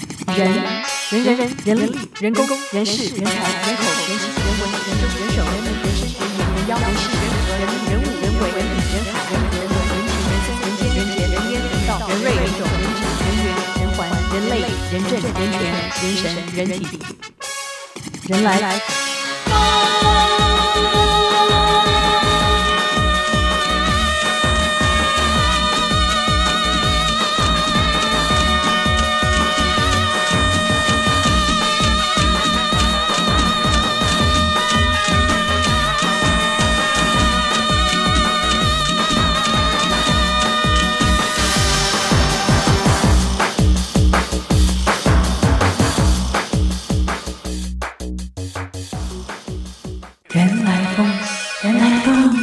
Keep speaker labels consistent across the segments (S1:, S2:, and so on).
S1: 人人人人人力人工人事人才人口人情人文人政人手人民人事人民人妖人事人人人物人为人理人海人人文人情人生人间人杰人烟人道人瑞人种人质人缘人环人类人政人权人神人体人来。
S2: 人来疯，人来疯。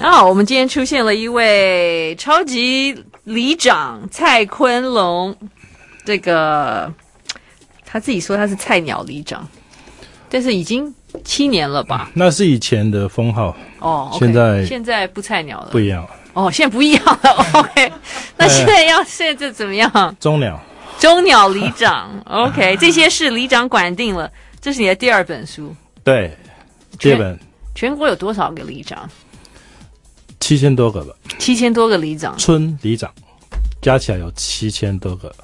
S1: 啊，我们今天出现了一位超级里长蔡坤龙，这个他自己说他是菜鸟里长，但是已经七年了吧？
S3: 那是以前的封号，
S1: 哦，OK，
S3: 嗯现在
S1: 现在不菜鸟了
S3: 不，一哎样。
S1: 哦，现在不一样了 ，OK。那现在要现在怎么样？
S3: 中鸟，
S1: 中鸟里 长，OK，这些事里长管定了。这是你的第二本书，
S3: 对，这本
S1: 全国有多少个里长？
S3: 七千多个吧，
S1: 七千多个里长，
S3: 村里长加起来有七千多个，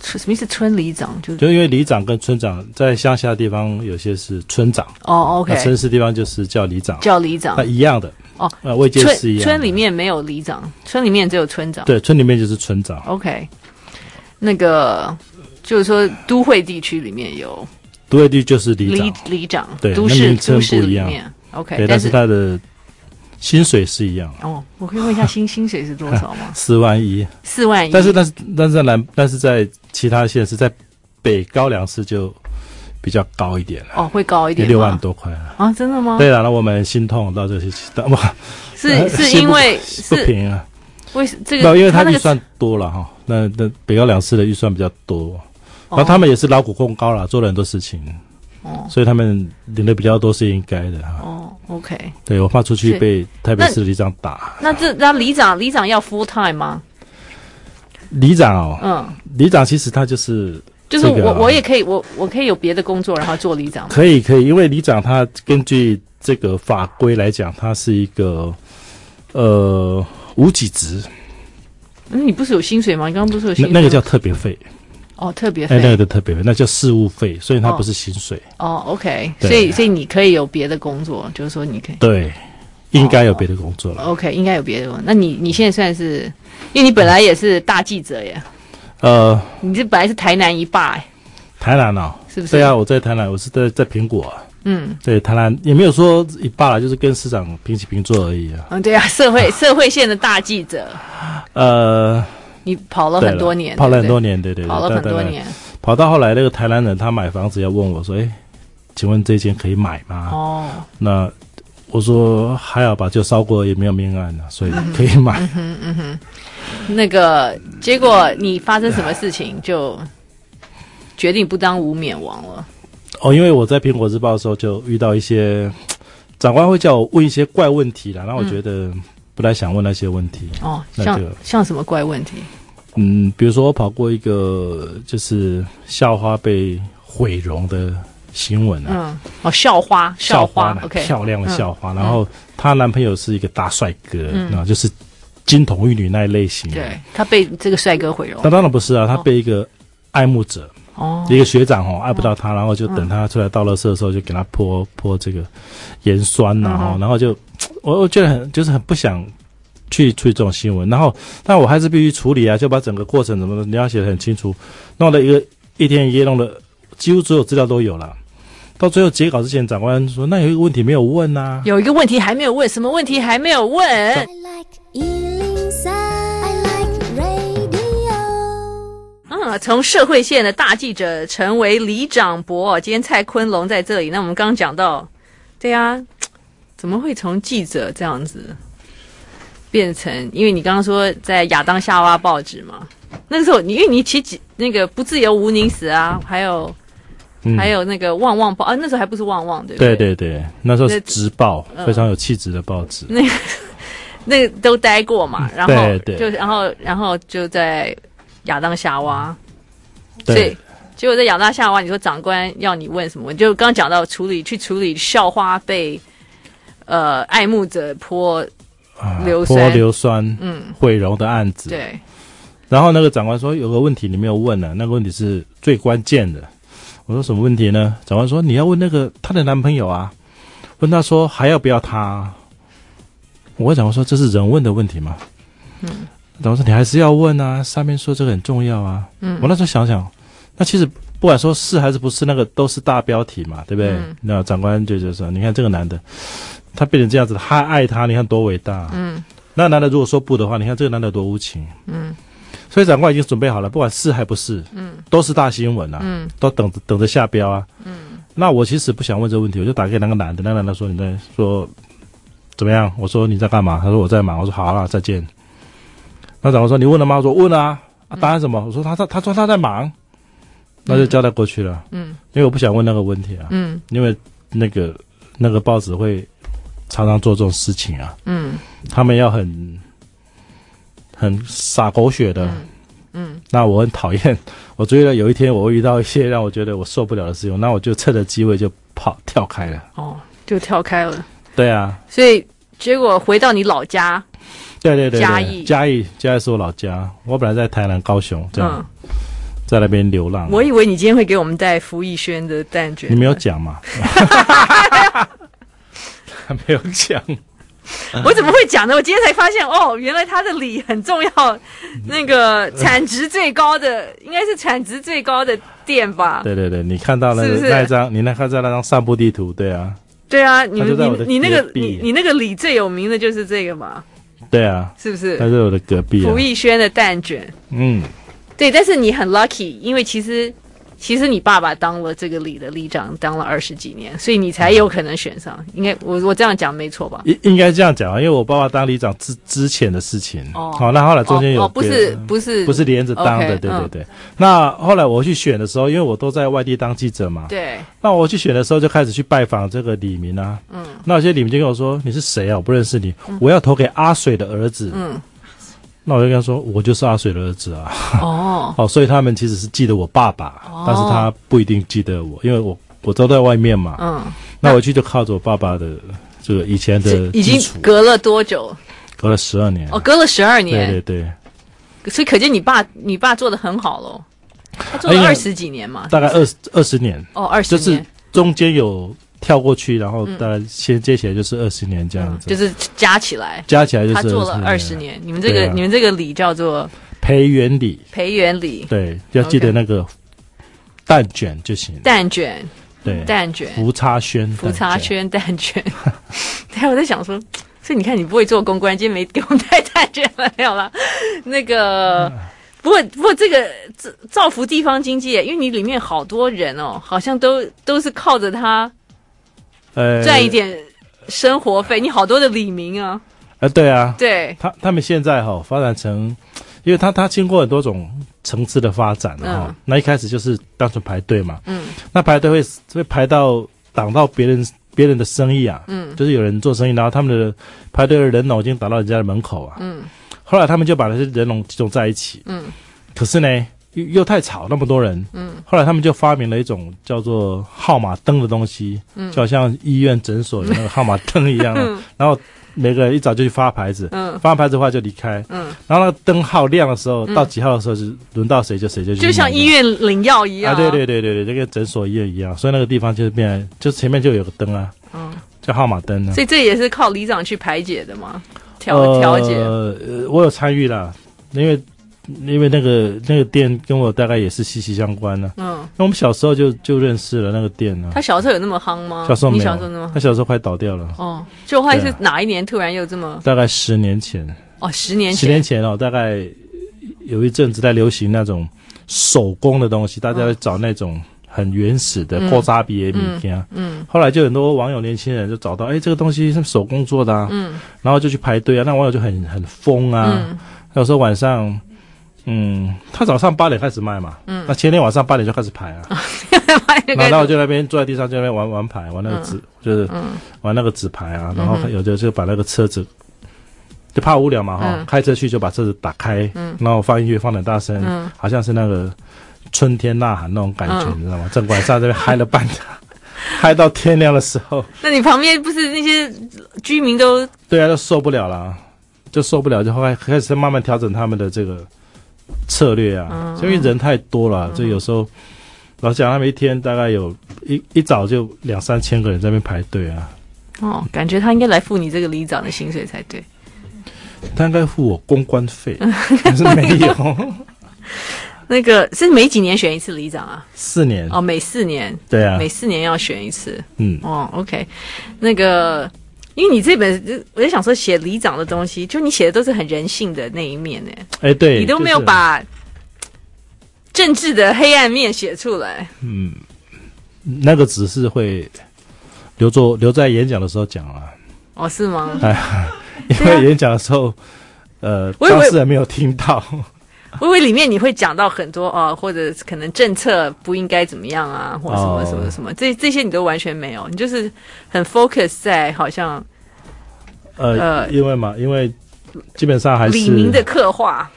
S1: 村什么意思？村里长就是
S3: 就因为里长跟村长在乡下地方有些是啊村长，
S1: 哦
S3: 那
S1: ，OK，
S3: 城市地方就是叫里长，
S1: 叫里长
S3: 那。一样的
S1: 哦，
S3: 呃，位阶是
S1: 村
S3: 一样的。
S1: 村里面没有里长，村里面只有村长。
S3: 对，村里面就是村长，
S1: ，OK，那个就是说都会地区里面有
S3: 都会地就是里
S1: 里
S3: 长，
S1: 里长，
S3: 对
S1: 都
S3: 那
S1: 市
S3: 名称
S1: 都市
S3: 不一
S1: 里
S3: 样
S1: 面 OK，
S3: 对，但
S1: 但
S3: 是他的薪水是一样，？
S1: 哦，我可以问一下薪薪水是多少吗
S3: 四万一，
S1: 四万一，
S3: 但是但是但是在南，但是在其他县市，在北高梁市就比较高一点了，
S1: 哦会高一点吗，
S3: 六万多块了。
S1: 啊，真的吗？
S3: 对了，那我们心痛 到这些，但不
S1: 是 是
S3: 心
S1: 因
S3: 不
S1: 为
S3: 不
S1: 是
S3: 平啊，
S1: 为什这
S3: 没有，
S1: 个
S3: 因为他
S1: 那
S3: 预
S1: 个
S3: 算多了哈。那那北高两市的预算比较多，然后
S1: 哦
S3: 他们也是劳苦功高了，做了很多事情，
S1: 哦
S3: 所以他们领的比较多是应该的哈。
S1: 哦 OK，
S3: 对我怕出去
S1: 是
S3: 被台北
S1: 那
S3: 市里长打，
S1: 那这那里长里长要 full time 吗？
S3: 里长哦，
S1: 嗯，
S3: 里长其实他就是
S1: 就是
S3: 这个
S1: 我
S3: 啊
S1: 我也可以我我可以有别的工作，然后做里长吗。
S3: 可以可以，因为里长他根据这个法规来讲，他是一个呃无给职，
S1: 嗯，你不是有薪水吗？你刚刚不是有薪
S3: 那
S1: 水？
S3: 那个叫特别费，
S1: 哦特别费
S3: 哎，那个叫特别费，那叫事务费，所以它不是薪水。
S1: 哦，OK，
S3: 对
S1: 所以所以你可以有别的工作，就是说你可以
S3: 对，应该有别的工作了。
S1: OK，应该有别的工作。那你你现在算是，因为你本来也是大记者耶，
S3: 呃，
S1: 你这本来是台南一霸耶，
S3: 台南哦，
S1: 是不是？
S3: 对啊，我在台南，我是在在苹果啊、
S1: 嗯
S3: 对，台南也没有说一罢了，就是跟市长平起平坐而已啊。
S1: 嗯，对啊，社 会社会线的大记者，
S3: 呃，
S1: 你跑了
S3: 对
S1: 很多年，
S3: 跑了很
S1: 对不
S3: 多年，对
S1: 对
S3: 对对，
S1: 跑了很
S3: 但
S1: 多
S3: 当然，
S1: 年。
S3: 跑到后来那个台南人他买房子要问我说，哎，请问这间可以买吗？
S1: 哦，
S3: 那我说还好吧，就烧过也没有命案啊，所以可以买。
S1: 那个结果你发生什么事情就决定不当无冕王了？
S3: 哦，因为我在苹果日报的时候就遇到一些长官会叫我问一些怪问题啦，
S1: 嗯
S3: 然后我觉得不太想问那些问题。
S1: 哦，
S3: 那
S1: 像
S3: 就
S1: 像什么怪问题？
S3: 嗯，比如说我跑过一个就是校花被毁容的新闻啊，
S1: 嗯，哦，校花，校
S3: 花
S1: 花
S3: 呢
S1: ，OK，嗯
S3: 漂亮的校花，然后她男朋友是一个大帅哥，然后就是金童玉女那一类型。
S1: 对，嗯哦他被这个帅哥毁容
S3: 那。当然不是啊，他被一个爱慕者，
S1: 哦，
S3: 一个学长哦，爱不到他，然后就
S1: 嗯
S3: 等他出来倒垃圾的时候，就给他泼泼这个盐酸
S1: 嗯
S3: 呐、啊，
S1: 哼
S3: 然后就我我觉得很就是很不想去处理这种新闻，然后但我还是必须处理啊，就把整个过程怎么的了解的很清楚，弄了一个一天一夜，弄了几乎所有资料都有了。到最后截稿之前，长官说：“那有一个问题没有问啊呐、
S1: 有一个问题还没有问，什么问题还没有问
S4: I？like Ealing Sound. I like radio.
S1: 嗯，从社会线的大记者成为李长博，今天蔡坤龙在这里。那我们刚刚讲到，对啊，怎么会从记者这样子变成？因为你刚刚说在亚当夏娃报纸嘛，那个时候你因为你其实那个不自由无宁死啊，还有、
S3: 嗯
S1: 还有那个旺旺报啊，那时候还不是旺旺对不
S3: 对对对，那时候是
S1: 那
S3: 直报，
S1: 嗯
S3: 非常有气质的报纸。
S1: 那个那个都待过嘛，然后
S3: 嗯对对
S1: 就然后然后就在亚当夏娃，所以
S3: 嗯对，
S1: 结果在亚当夏娃，你说长官要你问什么？就刚刚讲到处理去处理校花被呃爱慕者泼，
S3: 啊
S1: 硫
S3: 泼
S1: 酸
S3: 硫酸
S1: 嗯，
S3: 毁容的案子。
S1: 对，
S3: 然后那个长官说有个问题你没有问呢、啊那个问题是最关键的。我说什么问题呢？长官说你要问那个她的男朋友啊，问他说还要不要他。我跟长官说这是人问的问题吗？
S1: 嗯
S3: 长官说你还是要问啊，上面说这个很重要啊。
S1: 嗯
S3: 我那时候想想，那其实不管说是还是不是，那个都是大标题嘛，对不对？
S1: 嗯
S3: 那长官就就说，你看这个男的，他变成这样子，他爱他，你看多伟大。
S1: 嗯
S3: 那男的如果说不的话，你看这个男的多无情。
S1: 嗯
S3: 所以长官已经准备好了，不管是还不是，
S1: 嗯
S3: 都是大新闻啊，
S1: 嗯
S3: 都等着等着下标啊。那我其实不想问这个问题，我就打给那个男的，那男的说你在说怎么样？我说你在干嘛？他说我在忙。我说好了，再见。那长官说你问了吗？我说问了啊。啊
S1: 嗯
S3: 答案什么？我说他他他说他在忙，那就交代过去了，
S1: 嗯
S3: 因为我不想问那个问题啊，
S1: 嗯
S3: 因为那个那个报纸会常常做这种事情啊，
S1: 嗯
S3: 他们要很很洒狗血的。
S1: 嗯
S3: 那我很讨厌，我觉得有一天我会遇到一些让我觉得我受不了的事情，那我就趁着机会就跑跳开了。
S1: 哦，就跳开了，
S3: 对啊，
S1: 所以结果回到你老家，
S3: 对对对对
S1: 嘉义
S3: 嘉义，嘉义是我老家，我本来在台南、高雄这样，
S1: 嗯，
S3: 在那边流浪。
S1: 我以为你今天会给我们带福逸轩的蛋卷，
S3: 你没有 讲嘛？没有讲，
S1: 我怎么会讲呢？我今天才发现，哦，原来他的礼很重要，那个产值最高的应该是产值最高的店吧？
S3: 对对对，你看到了
S1: 啊是不是
S3: 那一张，你那看到那张散步地图，对啊，
S1: 对啊，你
S3: 他
S1: 们
S3: 就在我的
S1: 你你那个
S3: 隔壁
S1: 你你那个礼最有名的就是这个嘛，
S3: 对啊，
S1: 是不
S3: 那
S1: 是？
S3: 是我的隔壁、啊
S1: 福。逸轩的蛋卷，
S3: 嗯，
S1: 对，但是你很 lucky，因为其实其实你爸爸当了这个礼的里长，当了二十几年，所以你才有可能选上。应该我我这样讲没错吧？
S3: 应应该这样讲啊，因为我爸爸当里长之之前的事情，
S1: 哦
S3: 好、那后来中间有
S1: 哦哦，不
S3: 别
S1: 是
S3: 的
S1: 不是
S3: 不是连着当的
S1: OK，
S3: 对对
S1: 嗯
S3: 对。那后来我去选的时候，因为我都在外地当记者嘛，
S1: 对，
S3: 那我去选的时候就开始去拜访这个李明啊。
S1: 嗯
S3: 那有些李明就跟我说：“你是谁啊？我不认识你，我要投给阿水的儿子。
S1: 嗯，
S3: 那我就跟他说：“我就是阿水的儿子啊。
S1: 哦”，
S3: 哦，所以他们其实是记得我爸爸，但是他不一定记得我，因为我我都在外面嘛。
S1: 嗯，
S3: 那我去就靠着我爸爸的这个以前
S1: 这
S3: 的
S1: 已
S3: 基础
S1: 经，隔了多久？
S3: 隔了十二年。
S1: 哦，隔了十二
S3: 对对
S1: 年，
S3: 对，
S1: 所以可见你爸你爸做的很好喽，他做
S3: 哎
S1: 了
S3: 呀
S1: 二十几年嘛，
S3: 大概二十二十年。
S1: 哦二十
S3: 就是
S1: 年，
S3: 中间有跳过去，然后大概衔接起来就是二十年这样
S1: 嗯
S3: 子，
S1: 就是加起来，
S3: 加起来就是
S1: 他做了二十
S3: 年
S1: 年。你们这个
S3: 对啊
S1: 你们这个礼叫做
S3: 培元礼，
S1: 培元礼，
S3: 对，要记得
S1: OK
S3: 那个蛋卷就行，
S1: 蛋卷
S3: 对，
S1: 蛋卷
S3: 福差轩，
S1: 福
S3: 蛋
S1: 叉
S3: 卷，
S1: 圈蛋 卷。对，我在想说。所以你看，你不会做公关，今天没给我们带蛋卷了，没有了。那个，不过不过这个造造福地方经济耶，因为你里面好多人哦，好像都都是靠着他
S3: 呃，
S1: 赚一，点生活费，你好多的李明啊，
S3: 呃，对啊，
S1: 对，
S3: 他他们现在哈、发展成，因为他他经过很多种层次的发展了哈、
S1: 嗯
S3: 那一开始就是单纯排队嘛，
S1: 嗯
S3: 那排队会会排到挡到别人别人的生意啊，
S1: 嗯
S3: 就是有人做生意，然后他们的排队的人呢已经挡到人家的门口啊，
S1: 嗯
S3: 后来他们就把那些人龙集中在一起，
S1: 嗯
S3: 可是呢又又太吵，那么多人，
S1: 嗯
S3: 后来他们就发明了一种叫做号码灯的东西，
S1: 嗯
S3: 就好像医院诊所有那个号码灯一样，啊
S1: 嗯
S3: 然后每个人一早就去发牌子，
S1: 嗯
S3: 发完牌子的话就离开，
S1: 嗯，
S3: 然后那个灯号亮的时候，
S1: 嗯
S3: 到几号的时候是轮到谁就谁就去，
S1: 就像医。院领药一样，
S3: 啊，对对，对对对，就跟诊所医院一样，所以那个地方就是变成，就前面就有个灯啊，
S1: 嗯，
S3: 叫号码灯啊。
S1: 所以这也是靠里长去排解的嘛，调调解，
S3: 呃，呃我有参与啦，因为因为那个那个店跟我大概也是息息相关啊呢、
S1: 嗯，
S3: 那我们小时候就就认识了那个店呢、
S1: 他小时候有那么夯吗？
S3: 小时候没
S1: 你
S3: 有，
S1: 小时候那么
S3: 他
S1: 夯。
S3: 小时候快倒掉了，
S1: 哦，就后来是
S3: 对啊
S1: 哪一年突然又这么
S3: 大概十年前，
S1: 哦？十年
S3: 十
S1: 前，
S3: 年前哦，大概有一阵子在流行那种手工的东西，大家会找那种很原始的
S1: 嗯
S3: 锅扎比的米片啊。
S1: 嗯
S3: 后来就很多网友年轻人就找到，哎，这个东西是手工做的啊，
S1: 嗯
S3: 然后就去排队啊，那网友就很很疯啊，
S1: 嗯
S3: 有时候晚上，嗯，他早上八点开始卖嘛，
S1: 嗯
S3: 那前天晚上八点就开始排啊，
S1: 嗯，
S3: 然后我就在那边坐在地上，就在那边玩玩牌，玩那个纸，就是
S1: 嗯
S3: 玩那个纸牌啊，然后
S1: 嗯哼
S3: 有的就把那个车子就怕无聊嘛哈、
S1: 嗯
S3: 开车去就把车子打开，
S1: 嗯
S3: 然后放音乐放得很大声，
S1: 嗯
S3: 好像是那个春天呐喊那种感觉，
S1: 嗯
S3: 你知道吗？正晚上这边嗨了半天， 嗨到天亮的时候，
S1: 那你旁边不是那些居民都
S3: 对啊，就受不了了，就受不了，就后来开始慢慢调整他们的这个策略啊，
S1: 嗯
S3: 因为人太多了，啊所以有时候老实讲他们一天大概有一一早就两三千个人在那边排队啊，
S1: 哦，感觉他应该来付你这个里长的薪水才对。
S3: 他应该付我公关 费，但是没有，
S1: 那个是每几年选一次里长啊？
S3: 四年，
S1: 哦，每四年，
S3: 对啊
S1: 每，四年要选一次。
S3: 嗯，
S1: 哦，OK，那个，因为你这本，我在想说写里长的东西，就你写的都是很人性的那一面呢，
S3: 哎，对，
S1: 你都没有
S3: 就是，
S1: 把政治的黑暗面写出来。
S3: 嗯，那个只是会留作留在演讲的时候讲啊，
S1: 哦，是吗？
S3: 因
S1: 对啊
S3: 为演讲的时候，呃，
S1: 我以为
S3: 当事人没有听到。
S1: 我以为里面你会讲到很多哦，或者可能政策不应该怎么样啊，或什么
S3: 哦
S1: 什么什么，这这些你都完全没有，你就是很 focus 在好像
S3: 呃，
S1: 呃
S3: 因为嘛，因为基本上还是
S1: 李明的刻画。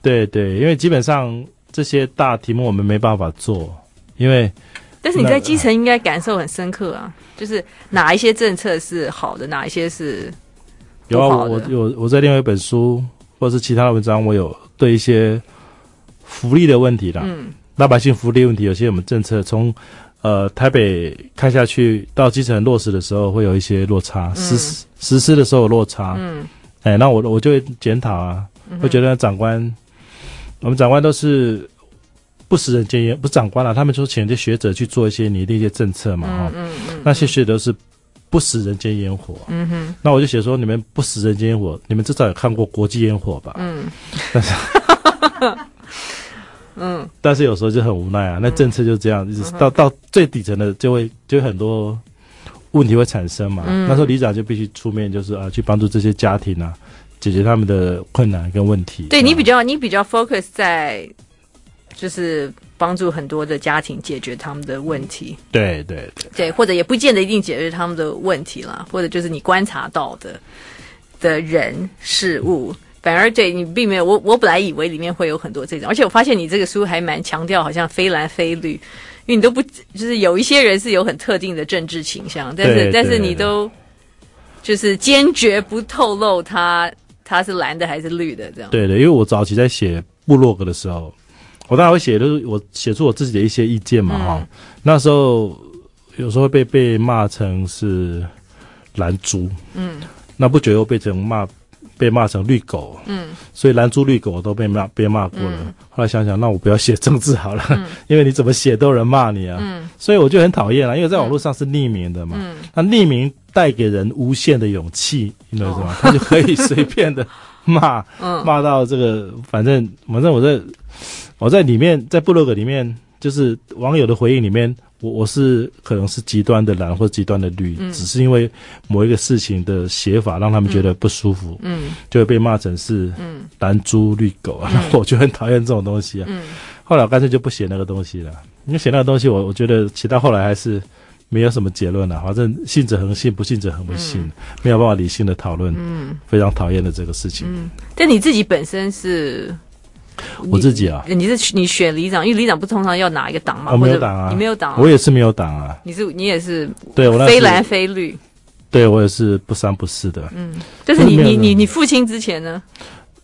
S3: 对对，因为基本上这些大题目我们没办法做，因为
S1: 但是你在
S3: 那
S1: 基层应该感受很深刻啊，就是哪一些政策是好的，哪一些是
S3: 有啊，
S1: 不好
S3: 我
S1: 的
S3: 我有我在另外一本书或者是其他的文章，我有对一些福利的问题啦，
S1: 嗯
S3: 老百姓福利问题，有些我们政策从呃台北看下去到基层落实的时候，会有一些落差，实施实施的时候有落差，
S1: 嗯
S3: 哎，那我我就会检讨啊，会觉得长官，我们长官都是不食人间烟，不是长官啦、他们就请这些学者去做一些拟定一些政策嘛，哈、
S1: 嗯嗯
S3: 那些学者都是不食人间烟火。
S1: 嗯哼
S3: 那我就写说，你们不食人间烟火，你们至少也看过国际烟火吧？
S1: 嗯嗯
S3: 但是有时候就很无奈啊，那政策就这样，一直到到最底层的就会就会很多问题会产生嘛。
S1: 嗯
S3: 那时候里长就必须出面，就是啊，去帮助这些家庭啊，解决他们的困难跟问题。
S1: 对你比
S3: 较
S1: 较你比较 focus 在就是帮助很多的家庭解决他们的问题，
S3: 对对对
S1: 对，或者也不见得一定解决他们的问题啦，或者就是你观察到的的人事物。反而对你并没有，我我本来以为里面会有很多这种，而且我发现你这个书还蛮强调，好像非蓝非绿，因为你都不就是有一些人是有很特定的政治倾向，但是
S3: 对
S1: 但是
S3: 对
S1: 你都就是坚决不透露他他是蓝的还是绿的这样。
S3: 对的，因为我早期在写部落格的时候，我当然会写，就是我写出我自己的一些意见
S1: 嗯
S3: 嘛哈、那时候有时候会被被骂成是蓝猪，嗯，那不久又被成骂被骂成绿狗，
S1: 嗯，
S3: 所以蓝猪绿狗都被骂被骂过了、后来想想，那我不要写政治好了， 因为你怎么写都有人骂你啊，
S1: 嗯
S3: 所以我就很讨厌了，因为在网络上是匿名的嘛，
S1: 嗯
S3: 那匿名带给人无限的勇气，你懂
S1: 哦
S3: 我意思吗？他就可以随便的 骂。
S1: 嗯
S3: 骂到这个，反正反正我在我在里面，在部落格里面，就是网友的回应里面，我我是可能是极端的蓝或极端的绿，
S1: 嗯
S3: 只是因为某一个事情的写法让他们觉得不舒服，
S1: 嗯
S3: 就会被骂成是
S1: 嗯
S3: 蓝猪绿狗啊，然后 我就很讨厌这种东西啊。
S1: 嗯
S3: 后来我干脆就不写那个东西了，因为写那个东西我，我觉得写到后来还是。没有什么结论了、啊反正信者恒信，不信者恒不信，没有办法理性的讨论，
S1: 嗯
S3: 非常讨厌的这个事情。
S1: 嗯。但你自己本身是
S3: 我自己啊，
S1: 你是你选里长，因为里长不通常要哪一个党嘛？
S3: 我
S1: 或
S3: 没
S1: 者
S3: 有党啊，
S1: 你没有党啊、
S3: 我也是没有党啊。
S1: 你是你也是
S3: 对我那
S1: 非
S3: 是
S1: 蓝，非绿，
S3: 对我也是不三不四的。
S1: 但是你
S3: 没有
S1: 你
S3: 没
S1: 你
S3: 有
S1: 你父亲之前呢？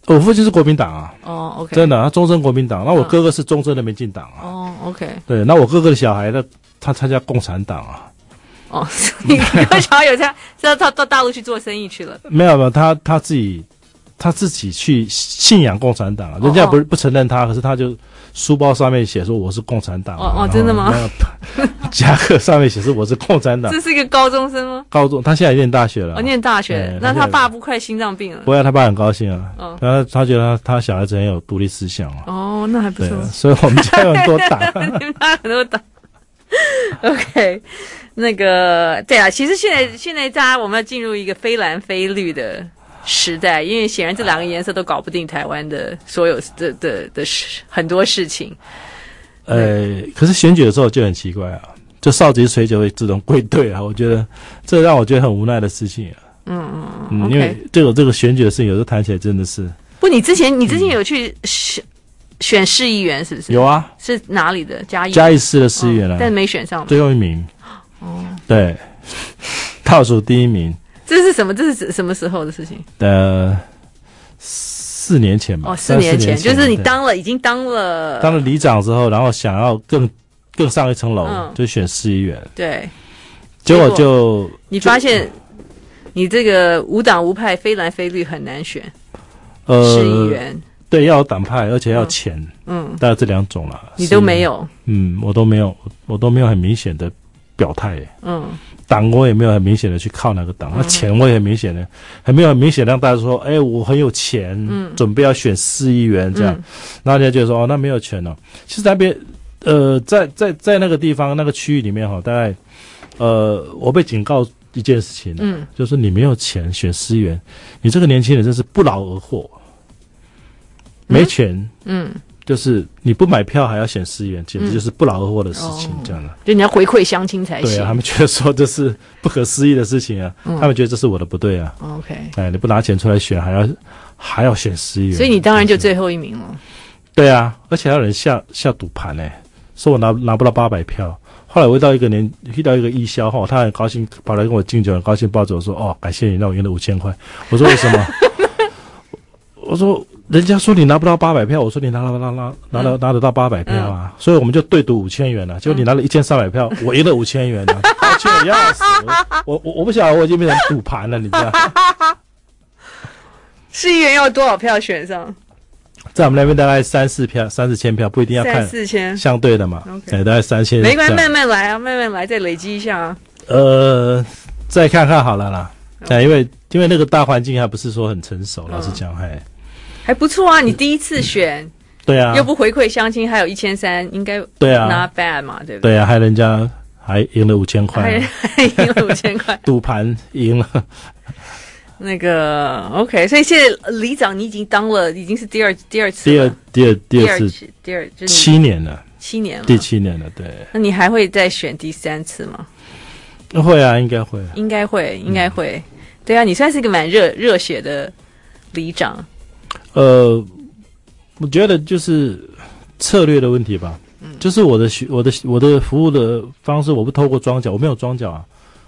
S3: 我父亲是国民党啊，
S1: 哦，OK，
S3: 真的，他终身国民党。那
S1: 嗯
S3: 我哥哥是终身的民进党啊。
S1: 哦，OK，
S3: 对，那我哥哥的小孩呢，他参加共产党啊。
S1: 哦， 你为啥有他？这他到大陆去做生意去 了？
S3: 没有没有，他他自己他自己去信仰共产
S1: 哦
S3: 党啊，人家不是不承认他，可是他就书包上面写说我是共产党啊。
S1: 哦哦
S3: 然后
S1: 真的吗
S3: 那个？ 夹克上面写是我是共产 党
S1: 这。是一个高中生吗？
S3: 高中他现在念大学了
S1: 哦，，念大学
S3: 啊对，
S1: 那
S3: 他
S1: 他
S3: 现在
S1: 爸不快心脏病了？
S3: 不过他爸很高兴啊
S1: 哦，
S3: 然后他觉得他他小孩子很有独立思想啊。
S1: 哦，那还不
S3: 对
S1: 错，。
S3: 所以我们家有很多党。
S1: 你们家很多党。OK，那个对啊，其实现在现在大家我们要进入一个非蓝非绿的时代，因为显然这两个颜色都搞不定台湾的所有的的的事很多事情。
S3: 呃，可是选举的时候就很奇怪啊，就少级水酒会自动归队啊，我觉得这让我觉得很无奈的事情啊。
S1: 嗯嗯
S3: 嗯
S1: 嗯，
S3: 因
S1: OK
S3: 为。这个这个选举的事情，有时候谈起来真的是
S1: 不，你之前你之前有去选选市议员是不是？
S3: 嗯有啊，
S1: 是哪里的嘉义？
S3: 嘉义市的市议员
S1: 哎哦
S3: 啊，
S1: 但没选上嘛。
S3: 最后一名，
S1: 哦，
S3: 对，倒数第一名，
S1: 这是什么？这是指什么时候的事情？
S3: 呃，四年前吧，
S1: 哦，四
S3: 三四
S1: 年
S3: 年
S1: 前，就是你
S3: 对
S1: 当了，已经当了，
S3: 当了里长之后，然后想要更更上一层楼，
S1: 嗯
S3: 就选市议员，
S1: 对，
S3: 结
S1: 果
S3: 果就
S1: 你
S3: 就
S1: 发现你这个无党无派、非蓝非绿很难选市议
S3: 呃，
S1: 员，
S3: 对，要有党派，而且要
S1: 嗯
S3: 钱，
S1: 嗯，
S3: 大概这两种啦。
S1: 你都
S3: 市议员
S1: 没，有，
S3: 嗯，我都没有，我都没有很明显的表态耶。
S1: 嗯，
S3: 党我也没有很明显的去靠哪个党，那
S1: 嗯
S3: 钱我也很明显的，还没有很明显让大家说，哎，我很有钱，
S1: 嗯
S3: 准备要选市议员这样，
S1: 嗯
S3: 然后人家就说，哦，那没有钱哦。其实那边，呃，在在在那个地方那个区域里面哈、哦大概，呃，我被警告一件事情、啊
S1: 嗯，
S3: 就是你没有钱选市议员，你这个年轻人真是不劳而获，没钱。
S1: 嗯，
S3: 就是你不买票还要选市议员，简直就是不劳而获的事情
S1: 哦，
S3: 这样的。啊
S1: 就你要回馈乡亲才
S3: 对
S1: 行。
S3: 啊，他们觉得说这是不可思议的事情啊，
S1: 嗯
S3: 他们觉得这是我的不对啊，
S1: OK，
S3: 哎，你不拿钱出来选，还要还要选十亿元，
S1: 所以你当然就最后一名了。
S3: 对啊，而且还有人下下赌盘呢、说我拿拿不到八百票。后来我遇到一个年遇到一个义消哈，他很高兴跑来跟我敬酒，很高兴抱着我说：“哦，感谢你让我赢了五千块。”我说：“为什么？” 我说：“人家说你拿不到八百票，我说你拿到拿拿拿到拿得到八百票
S1: 嗯
S3: 啊，所以我们就对赌五千元了、啊结果你拿了一千三 百票，我赢了五千元啊，抱歉我要死！我我我不晓得我已经变成赌盘了，你知道？
S1: 市议员要多少票选上？
S3: 在我们那边大概三四票三四千票，不一定要
S1: 三
S3: 看
S1: 四千，
S3: 相对的嘛，
S1: OK
S3: 哎，大概三千这
S1: 没
S3: 样。
S1: 关系，慢慢来啊，慢慢来，再累积一下啊。
S3: 呃，再看看好了啦。
S1: OK
S3: 哎，因为因为那个大环境还不是说很成熟，
S1: 嗯
S3: 老实讲，哎，
S1: 还不错啊，你第一次选
S3: 对啊
S1: 又，不回馈乡亲，还有一千三，应该
S3: 对啊
S1: not，bad 嘛，对不对？
S3: 对啊，害人家还赢了五千块
S1: 还，还赢了五千块，
S3: 赌盘赢了，
S1: 那个 OK，所以现在里长你已经当了，已经是第二第二次
S3: 第二
S1: 了，
S3: 第二第
S1: 第
S3: 二次
S1: 次嗯第二就是你
S3: 七年了，
S1: 七年了，
S3: 第七年了，对，
S1: 那你还会再选第三次吗？
S3: 会啊，应该会，
S1: 应该
S3: 嗯
S1: 会，应该会。对啊，你算是一个蛮热热血的里长，
S3: 呃，我觉得就是策略的问题吧，
S1: 嗯
S3: 就是我的学我的我的服务的方式，我不透过装脚，我没有装脚啊，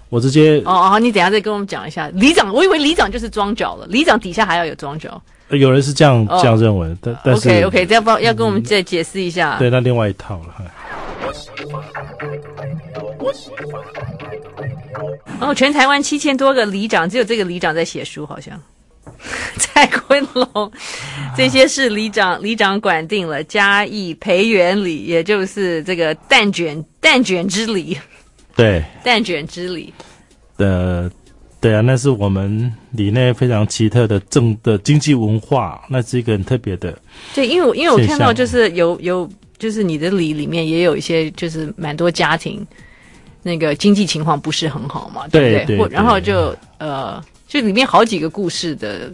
S3: 我直接
S1: 哦哦，你等一下再跟我们讲一下里长。我以为里长就是庄脚了，里长底下还要有庄脚。
S3: 呃有人是这样
S1: 哦
S3: 这样认为，但但是
S1: OK
S3: 嗯
S1: OK，要不要要跟我们再解释一下？
S3: 对，那另外一套了。哎
S1: 哦，全台湾七千多个里长，只有这个里长在写书，好像。 蔡坤龙，这些是里长里长管定了。嘉义培元里，也就是这个蛋卷蛋卷之里，
S3: 对，
S1: 蛋卷之里。
S3: 呃，对啊，那是我们里内非常奇特的政的经济文化，那是一个很特别的。呃
S1: 对，因为我因为我
S3: 现
S1: 看到
S3: 象
S1: 就是有有就是你的里里面也有一些就是蛮多家庭，那个经济情况不是很好嘛，
S3: 对
S1: 不
S3: 对
S1: 或
S3: 对
S1: 然后就呃，就里面好几个故事的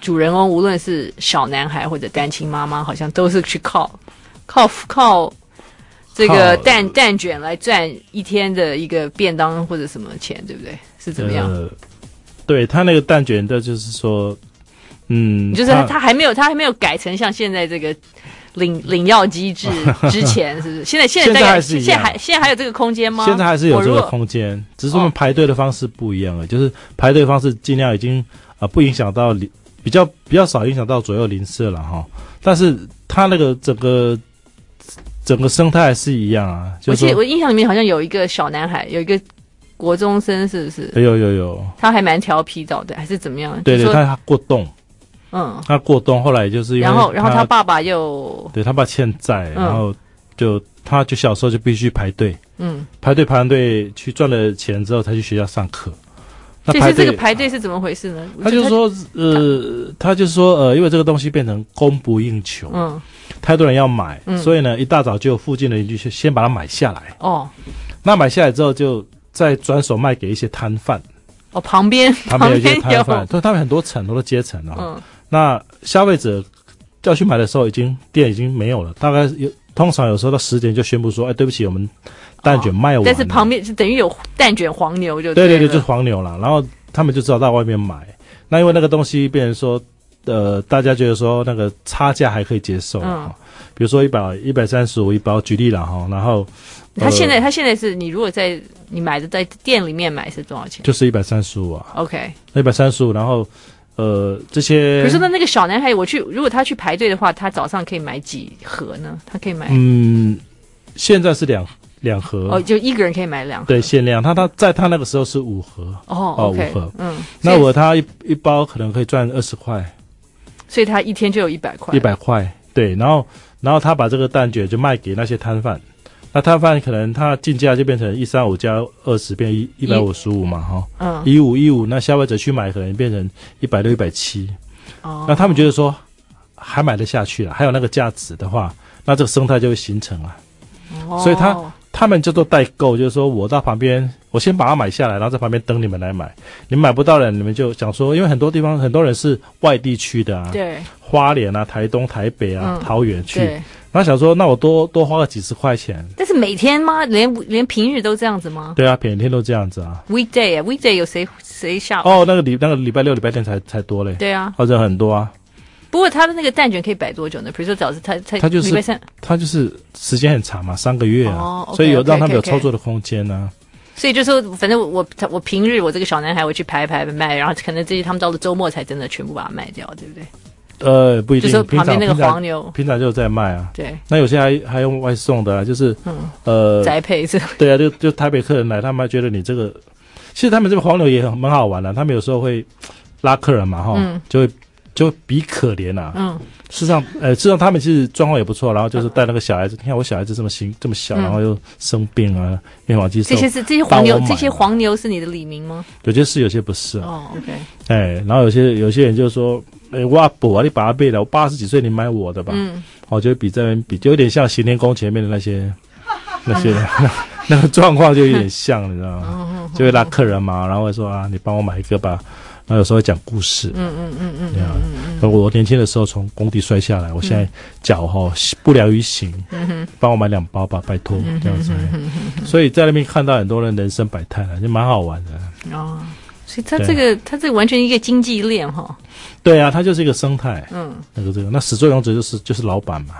S1: 主人翁，无论是小男孩或者单亲妈妈，好像都是去靠靠靠。这个
S3: 靠
S1: 蛋蛋卷来赚一天的一个便当或者什么钱，对不对？是怎么样？
S3: 呃、对他那个蛋卷的，就是说，嗯，
S1: 就是他他还没有他还没有改成像现在这个领领药机 制之前，是不是？现在现在
S3: 现在
S1: 大概
S3: 还是一
S1: 现在
S3: 样
S1: 还现在还有这个空间吗？
S3: 现在还是有
S1: 我
S3: 这
S1: 如
S3: 个
S1: 果
S3: 空间，只是我
S1: 哦
S3: 们排队的方式不一样了，就是排队方式尽量已经啊、呃不影响到邻，比较比较少影响到左右邻舍了哈。但是它那个整个整个生态还是一样啊，就
S1: 我
S3: 是
S1: 记得
S3: 说
S1: 我印象里面好像有一个小男孩，有一个国中生，是不是？
S3: 有有有，
S1: 他还蛮调皮捣蛋，还是怎么样？
S3: 对
S1: 就
S3: 对，
S1: 说
S3: 他他过动。
S1: 嗯，
S3: 他过冬，后来就是因为
S1: 然后然后他爸爸又
S3: 对他爸欠债，
S1: 嗯
S3: 然后就他就小时候就必须排队，
S1: 嗯，
S3: 排队排完队去赚了钱之后才去学校上课。那
S1: 所以
S3: 排
S1: 是
S3: 队啊
S1: 这个排队是怎么回事呢？
S3: 他就
S1: 他
S3: 说呃，他就说呃，因为这个东西变成供不应求，
S1: 嗯
S3: 太多人要买，
S1: 嗯
S3: 所以呢，一大早就有附近的邻居先先把它买下来。
S1: 哦
S3: 那买下来之后，就再转手卖给一些摊贩，
S1: 哦旁边
S3: 他们有一些
S1: 边
S3: 摊贩，啊所以他们很多层，很多阶层的哦哈。
S1: 嗯
S3: 那消费者要去买的时候，已经店已经没有了，大概有通常有时候到十点就宣布说，哎，对不起，我们蛋卷卖完了、
S1: 但是旁边是等于有蛋卷黄牛就
S3: 对
S1: 对
S3: 对对，就是
S1: 了
S3: 黄牛啦。然后他们就知道到外面买。那因为那个东西，变成说，呃，大家觉得说那个差价还可以接受
S1: 嗯
S3: 哈、比如说一百一百三十五一包，举例了哈，然后
S1: 他现在
S3: 呃
S1: 他现在是你如果在你买的在店里面买是多少钱
S3: 就是一百三十五啊，
S1: ？OK，
S3: 一百三十五，然后呃这些，
S1: 可是那那个小男孩，我去如果他去排队的话，他早上可以买几盒呢？他可以买、
S3: 嗯，现在是两两盒，
S1: 哦，就一个人可以买两盒。
S3: 对，限量。他他在他那个时候是五盒，
S1: 哦
S3: 哦
S1: ，OK，
S3: 五盒
S1: 嗯，
S3: 那
S1: 所以
S3: 我他一一包可能可以赚二十块、
S1: 所以他一天就有一百块，
S3: 一百块，对。然后然后他把这个蛋卷就卖给那些摊贩，那摊贩可能他进价就变成一三五加二十变一一百五十五嘛，哈，
S1: 嗯，
S3: 一五一五。那消费者去买可能变成一百六、一百七，
S1: 哦
S3: 那他们觉得说还买得下去了，还有那个价值的话，那这个生态就会形成了。所以他
S1: 哦
S3: 他们叫做代购，就是说我到旁边，我先把它买下来，然后在旁边等你们来买。你们买不到了，你们就想说，因为很多地方很多人是外地去的啊，
S1: 对
S3: 花莲啊、台东、台北啊、
S1: 嗯
S3: 桃园去，
S1: 对，
S3: 然后想说，那我多多花个几十块钱，
S1: 但是每天吗？连连平日都这样子吗
S3: 对啊，每天都这样子啊。
S1: ？Weekday 啊，Weekday 有谁谁下？
S3: 哦，那个礼那个礼拜六、礼拜天才才多嘞，
S1: 对啊，
S3: 或者很多啊，
S1: 不过他的那个蛋卷可以摆多久呢？比如说早上他他
S3: 他就是
S1: 礼拜三，
S3: 它就是时间很长嘛，三个月啊，
S1: 哦，OK，
S3: 所以有让他们有
S1: OK，OK，OK
S3: 操作的空间啊呢、
S1: 所以就说反正我我我平日我这个小男孩我去排排卖，然后可能这些他们到了周末才真的全部把它卖掉，对不对？
S3: 呃，不一
S1: 就
S3: 定
S1: 说，
S3: 平
S1: 旁
S3: 常
S1: 边那个
S3: 平常
S1: 黄牛，
S3: 平常就在卖啊。
S1: 对，
S3: 那有些还还用外送的、啊，就是
S1: 嗯，
S3: 呃，
S1: 宅配是，
S3: 对啊，就就台北客人来，他们还觉得你这个，其实他们这个黄牛也很蛮好玩的、他们有时候会拉客人嘛，哈、
S1: 嗯
S3: 就会就会比可怜啊。
S1: 嗯
S3: 事实上，呃，事实上他们其实状况也不错，然后就是带那个小孩子，你看我小孩子这么新这么小，
S1: 嗯
S3: 然后又生病啊，面黄肌
S1: 这
S3: 瘦，
S1: 些是这些黄牛
S3: 帮我，买
S1: 这些
S3: 嘛
S1: 黄牛是你的李明吗？
S3: 有些是有些不是啊，
S1: 哦，OK，
S3: 哎，然后有些有些人就说，哎，我阿伯啊，你把他背了，我八十几岁你买我的吧，
S1: 嗯，
S3: 我觉得比这边比哦就有点像行天宫前面的 那些那些 那那个状况就有点像，你知道吗？
S1: 哦，
S3: 就会拉客人嘛，然后会说啊，你帮我买一个吧。然后有时候会讲故事，
S1: 嗯嗯嗯嗯
S3: 对啊
S1: 嗯嗯
S3: 说我年轻的时候从工地摔下来，我现在脚哈、不良于行，
S1: 嗯哼，
S3: 帮我买两包吧，拜托
S1: 嗯
S3: 这样子。
S1: 嗯
S3: 所以在那边看到很多人人生百态了，就蛮好玩的。
S1: 嗯，哦，所以他这个他这个完全一个经济链哈，
S3: 对啊，它就是一个生态，
S1: 嗯。
S3: 那个这个，那始作俑者就是就是老板嘛。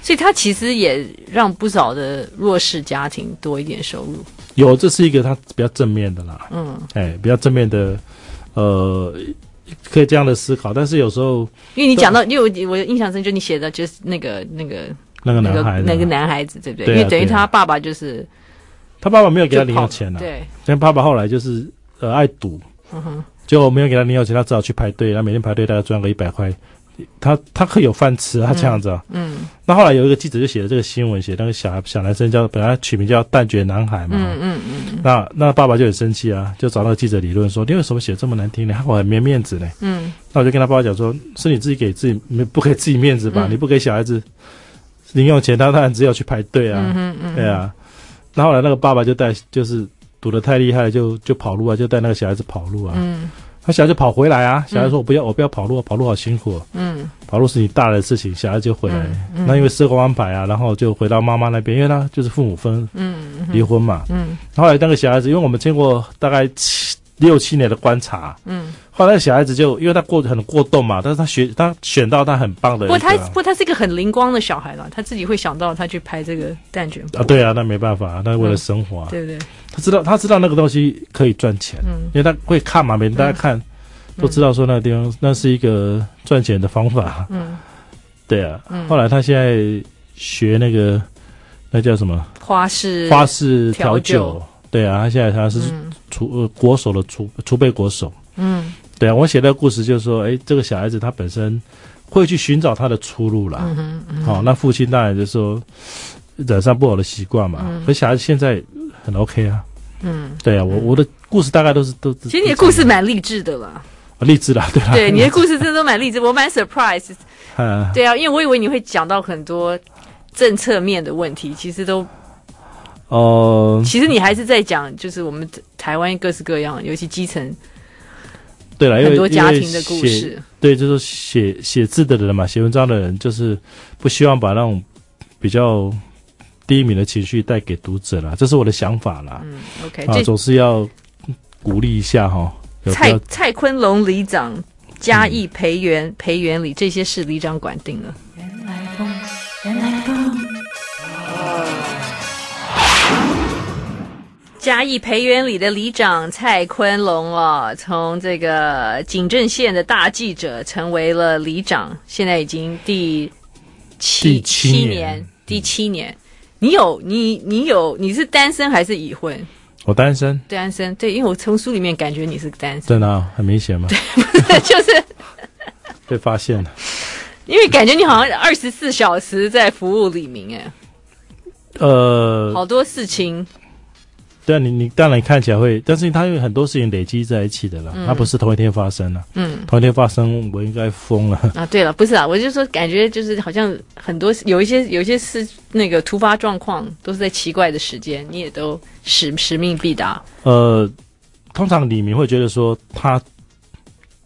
S1: 所以他其实也让不少的弱势家庭多一点收入。
S3: 有，这是一个它比较正面的啦。
S1: 嗯，
S3: 哎，比较正面的，呃，可以这样的思考。但是有时候
S1: 因为你讲到，因为我我印象深，就你写的就是那个那个
S3: 那个
S1: 那
S3: 男
S1: 个
S3: 孩子啊，
S1: 那个男孩子，对不对？
S3: 对啊
S1: 因为等于
S3: 对啊
S1: 他爸爸就是
S3: 他爸爸没有给他
S1: 就
S3: 零
S1: 跑
S3: 用钱了、啊，
S1: 对，
S3: 但爸爸后来就是呃爱赌，
S1: 嗯哼，
S3: 就没有给他零用钱，他只好去排队，他啊每天排队大概赚个一百块，他他可以有饭吃啊，这样子啊。
S1: 嗯
S3: 那后来有一个记者就写了这个新闻，写那个小小男生叫本来取名叫蛋卷男孩嘛，
S1: 嗯嗯嗯
S3: 那那爸爸就很生气啊，就找那个记者理论说，你为什么写这么难听呢？害我很没面子呢。
S1: 嗯，
S3: 那我就跟他爸爸讲说，是你自己给自己没不给自己面子吧？
S1: 嗯
S3: 你不给小孩子零用钱，他当然只有去排队啊，
S1: 嗯哼嗯，
S3: 对，啊。那后来那个爸爸就带，就是赌得太厉害了，就就跑路啊，就带那个小孩子跑路啊。
S1: 嗯
S3: 他小孩就跑回来啊，小孩说我不要，我不要跑路，跑路好辛苦哦，
S1: 嗯
S3: 跑路是你大人的事情，小孩就回来。
S1: 嗯嗯
S3: 那因为社工安排啊，然后就回到妈妈那边，因为他就是父母分
S1: 嗯
S3: 离婚嘛。
S1: 嗯
S3: 后来那个小孩子，因为我们经过大概七六七年的观察，
S1: 嗯，
S3: 后来小孩子就因为他过很过动嘛，但是他学他选到他很棒的
S1: 不
S3: 一个
S1: 过
S3: 啊，
S1: 他不过他是一个很灵光的小孩啦，他自己会想到他去拍这个蛋卷，
S3: 啊，对啊，那没办法，那为了生活啊、
S1: 对不对？
S3: 他知道他知道那个东西可以赚钱，
S1: 嗯
S3: 因为他会看嘛，每天大
S1: 啊
S3: 家看、都知道说那个地方那是一个赚钱的方法，
S1: 嗯
S3: 对啊。
S1: 嗯，
S3: 后来他现在学那个那叫什么
S1: 花式
S3: 花式调
S1: 调
S3: 酒，对啊，他现在他是
S1: 嗯
S3: 储、呃国手的储储备国手，
S1: 嗯
S3: 对啊。我写的故事就是说，哎，这个小孩子他本身会去寻找他的出路啦。
S1: 嗯哼嗯
S3: 好、那父亲当然就说染上不好的习惯嘛。
S1: 嗯
S3: 可小孩子现在很 OK 啊，
S1: 嗯，
S3: 对啊，我我的故事大概都是都
S1: 其实你的故事蛮励志的 啦。
S3: 啊励志啦，对啦，
S1: 对，你的故事真的都蛮励志，我蛮 surprise。
S3: 啊，
S1: 对啊，因为我以为你会讲到很多政策面的问题，其实都，
S3: 嗯哦、
S1: 其实你还是在讲，就是我们台湾各式各样，尤其基层
S3: 对了，因为
S1: 很多家庭的
S3: 因
S1: 故
S3: 为写
S1: 事。
S3: 对，就是说写写字的人嘛，写文章的人，就是不希望把那种比较低迷的情绪带给读者啦，这是我的想法啦。
S1: 嗯，OK，
S3: 啊，
S1: 这
S3: 总是要鼓励一下哈。嗯有
S1: 蔡
S3: 标
S1: 蔡坤龙里长、嘉义培元、培元里这些事里长管定了。
S5: 原来风，原来风，
S1: 嘉义培元里的里长蔡坤龙啊，从这个警政县的大记者成为了里长，现在已经第七
S3: 第七年
S1: 年，第七年。你有你你有你是单身还是已婚？
S3: 我单身，
S1: 单身对，因为我从书里面感觉你是单身，
S3: 真的啊很明显嘛，
S1: 就是
S3: 被发现了。
S1: 因为感觉你好像二十四小时在服务李明哎，
S3: 呃，
S1: 好多事情
S3: 对啊，你你当然看起来会，但是它有很多事情累积在一起的啦，它不是同一天发生了。
S1: 嗯，
S3: 同一天发生，我应该疯了。
S1: 啊，对了，不是啊，我就说感觉就是好像很多有一些有一些事那个突发状况都是在奇怪的时间，你也都使使命必达。
S3: 呃，通常李明会觉得说，他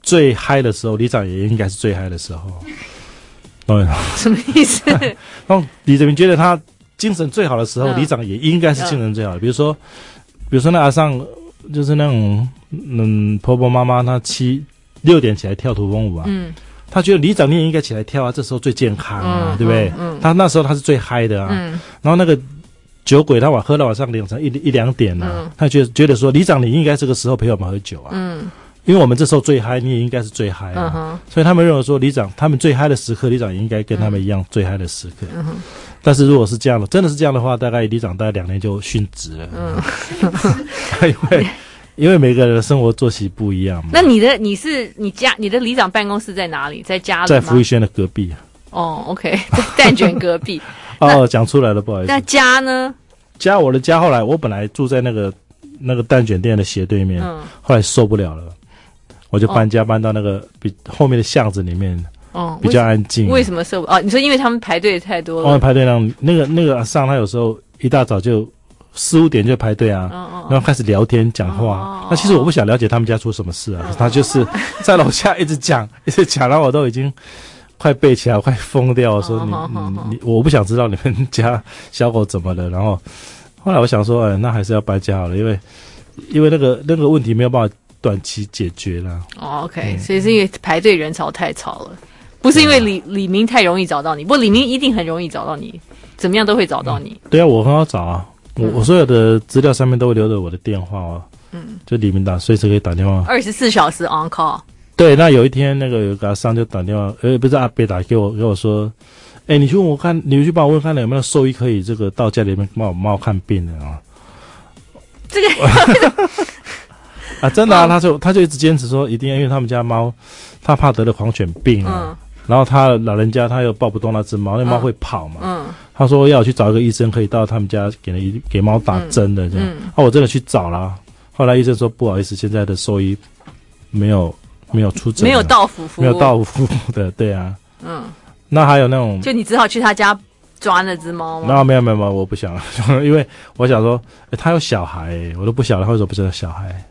S3: 最嗨的时候，里长也应该是最嗨的时 候。懂我意思吗
S1: 什么意 思？
S3: 然后李泽明觉得他精神最好的时候，
S1: 嗯
S3: 里长也应该是精神最好的。比如说，比如说那阿尚，就是那种嗯婆婆妈妈，她七六点起来跳土风舞啊，
S1: 嗯
S3: 她觉得里长你也应该起来跳啊，这时候最健康啊，
S1: 嗯
S3: 对不对？
S1: 嗯嗯
S3: 她那时候她是最嗨的啊。
S1: 嗯
S3: 然后那个酒鬼他晚喝到晚上凌晨一一两点啊，
S1: 嗯
S3: 他觉得觉得说里长你应该这个时候陪我们喝酒啊，
S1: 嗯
S3: 因为我们这时候最嗨，你也应该是最嗨
S1: 嗯
S3: 啊。
S1: 哼
S3: 所以他们认为说，里长他们最嗨的时刻，里长也应该跟他们一样最嗨的时
S1: 嗯
S3: 刻。但是如果是这样的，真的是这样的话，大概里长大概两年就殉职了。
S1: 嗯
S3: 因为因为每个人的生活作息不一样嘛。
S1: 那你的你是你家你的里长办公室在哪里？在家里
S3: 在
S1: 吗？
S3: 福玉轩的隔壁啊
S1: 哦，OK，在 蛋卷隔 壁。
S3: 哦，讲出来了，不好意思
S1: 那。家呢？
S3: 家我的家，后来我本来住在那个那个蛋卷店的斜对面，
S1: 嗯
S3: 后来受不了了，我就
S1: 哦
S3: 搬家搬到那个比后面的巷子里面，
S1: 哦，
S3: 比较安静。
S1: 为什么受不？哦，你说因为他们排队太多
S3: 外面
S1: 了。
S3: 排队量，那个那个上他有时候一大早就四五点就排队啊，
S1: 哦
S3: 然后开始聊天讲话。
S1: 哦
S3: 那其实我不想了解他们家出什么事啊，他就是在楼下一直讲 一直讲，然后我都已经。快背起来，我快疯掉！我说
S1: 哦
S3: 你
S1: 好好好
S3: 你你，我不想知道你们家小狗怎么了。然后后来我想说，哎，那还是要搬家好了，因为因为那个那个问题没有办法短期解决啦。
S1: 哦，OK，所以
S3: 嗯
S1: 是因为排队人潮太吵了，不是因
S3: 啊
S1: 为李李明太容易找到你，不过李明一定很容易找到你，怎么样都会找到你。
S3: 对啊，我很好找啊，我、
S1: 嗯
S3: 我所有的资料上面都会留着我的电话哦。嗯，就李明达随时可以打电话。
S1: 二十四小时 on call，
S3: 对，那有一天那个有个阿桑就打电话，呃，不是阿贝打给我，跟我说，哎，你去问我看，你去帮我问看有没有兽医可以这个到家里面帮我帮我看病的啊。
S1: 这个
S3: 啊，真
S1: 嗯
S3: 的啊，他就他就一直坚持说一定要，因为他们家猫，他怕得了狂犬病啊，
S1: 嗯
S3: 然后他老人家他又抱不动那只猫，那猫会跑嘛，
S1: 嗯
S3: 他说要我去找一个医生，可以到他们家给了一给猫打针的这样。
S1: 嗯嗯
S3: 啊，我真的去找了，后来医生说不好意思，现在的兽医没有没有出诊，
S1: 没有，到府服务，
S3: 没有到付的，对啊。
S1: 嗯，
S3: 那还有那种，
S1: 就啊你只好去他家抓那只猫吗？
S3: 那没有没有没有，我不想， 因为我想说，诶他有小孩、我都不晓得他为什么不知道小孩，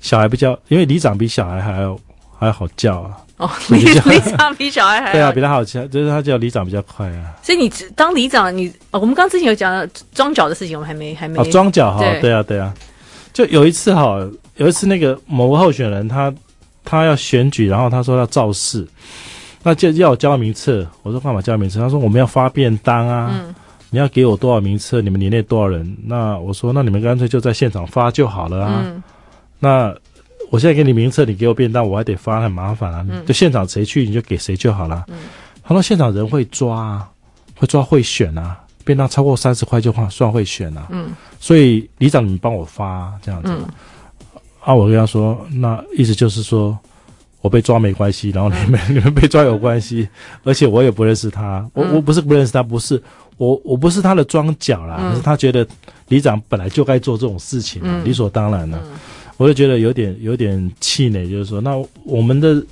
S3: 小孩比较，因为里长比小孩还要还好叫啊，
S1: 哦，李
S3: 就这
S1: 李长比小孩还
S3: 对啊，
S1: 要
S3: 比他好叫，就是他叫里长比较快啊。
S1: 所以你只当里长，你哦我们刚之前有讲到装脚的事情，我们还没还没
S3: 啊，装脚哈
S1: 对，
S3: 对啊，对啊。就有一次哈，有一次那个某个候选人他他要选举，然后他说要造势，那就要我交名册。我说干嘛交名册？他说我们要发便当啊，
S1: 嗯
S3: 你要给我多少名册？你们年内多少人？那我说那你们干脆就在现场发就好了啊。
S1: 嗯
S3: 那我现在给你名册，你给我便当，我还得发，很麻烦啊。
S1: 嗯
S3: 就现场谁去你就给谁就好了。
S1: 嗯
S3: 他说现场人会抓啊，会抓会选啊，便当超过三十块就算算会选啊。
S1: 嗯
S3: 所以里长你帮我发、这样子、
S1: 嗯
S3: 啊，我跟他说，那意思就是说我被抓没关系，然后你们、 你们被抓有关系，而且我也不认识他，我、
S1: 嗯
S3: 我不是不认识他，不是我我不是他的庄脚啦，
S1: 嗯
S3: 可是他觉得里长本来就该做这种事情、
S1: 嗯
S3: 理所当然的、啊
S1: 嗯
S3: 我就觉得有点有点气馁，就是说，那我们的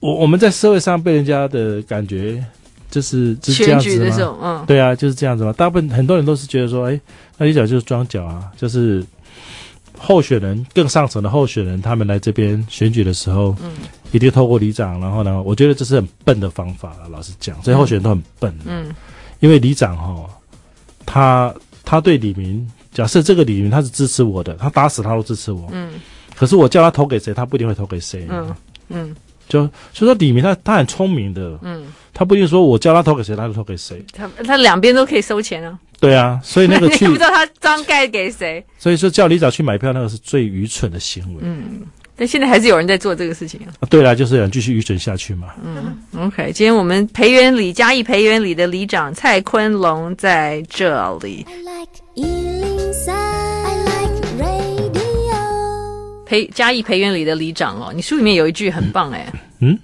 S3: 我我们在社会上被人家的感觉就是就是这
S1: 选
S3: 样子吗？
S1: 举的时候，嗯
S3: 对啊，就是这样子嘛。大部分很多人都是觉得说，哎，那里长就是装脚啊，就是候选人更上层的候选人，他们来这边选举的时候，
S1: 嗯
S3: 一定透过里长，然后呢，我觉得这是很笨的方法啊了。老实讲，所以候选人都很笨，啊
S1: 嗯
S3: 因为里长哈、他他对李明，假设这个李明他是支持我的，他打死他都支持我，
S1: 嗯
S3: 可可是我叫他投给谁，他不一定会投给谁。
S1: 嗯嗯
S3: 就所以说李明他他很聪明的，
S1: 嗯，
S3: 他不一定说我叫他投给谁，他就投给谁。
S1: 他他两边都可以收钱啊，
S3: 对啊，所以那个
S1: 你
S3: 去
S1: 也不，知道他张盖给谁。
S3: 所以说叫李早去买票那个是最愚蠢的行为。
S1: 嗯，但现在还是有人在做这个事情啊。
S3: 啊对啦，就是想继续愚蠢下去嘛。
S1: 嗯，OK，今天我们培元里嘉义培元里的里长蔡坤龙在这里。
S4: I like Ealing Sound. I like radio.
S1: 培嘉义培元里的里长哦，你书里面有一句很棒哎，
S3: 嗯，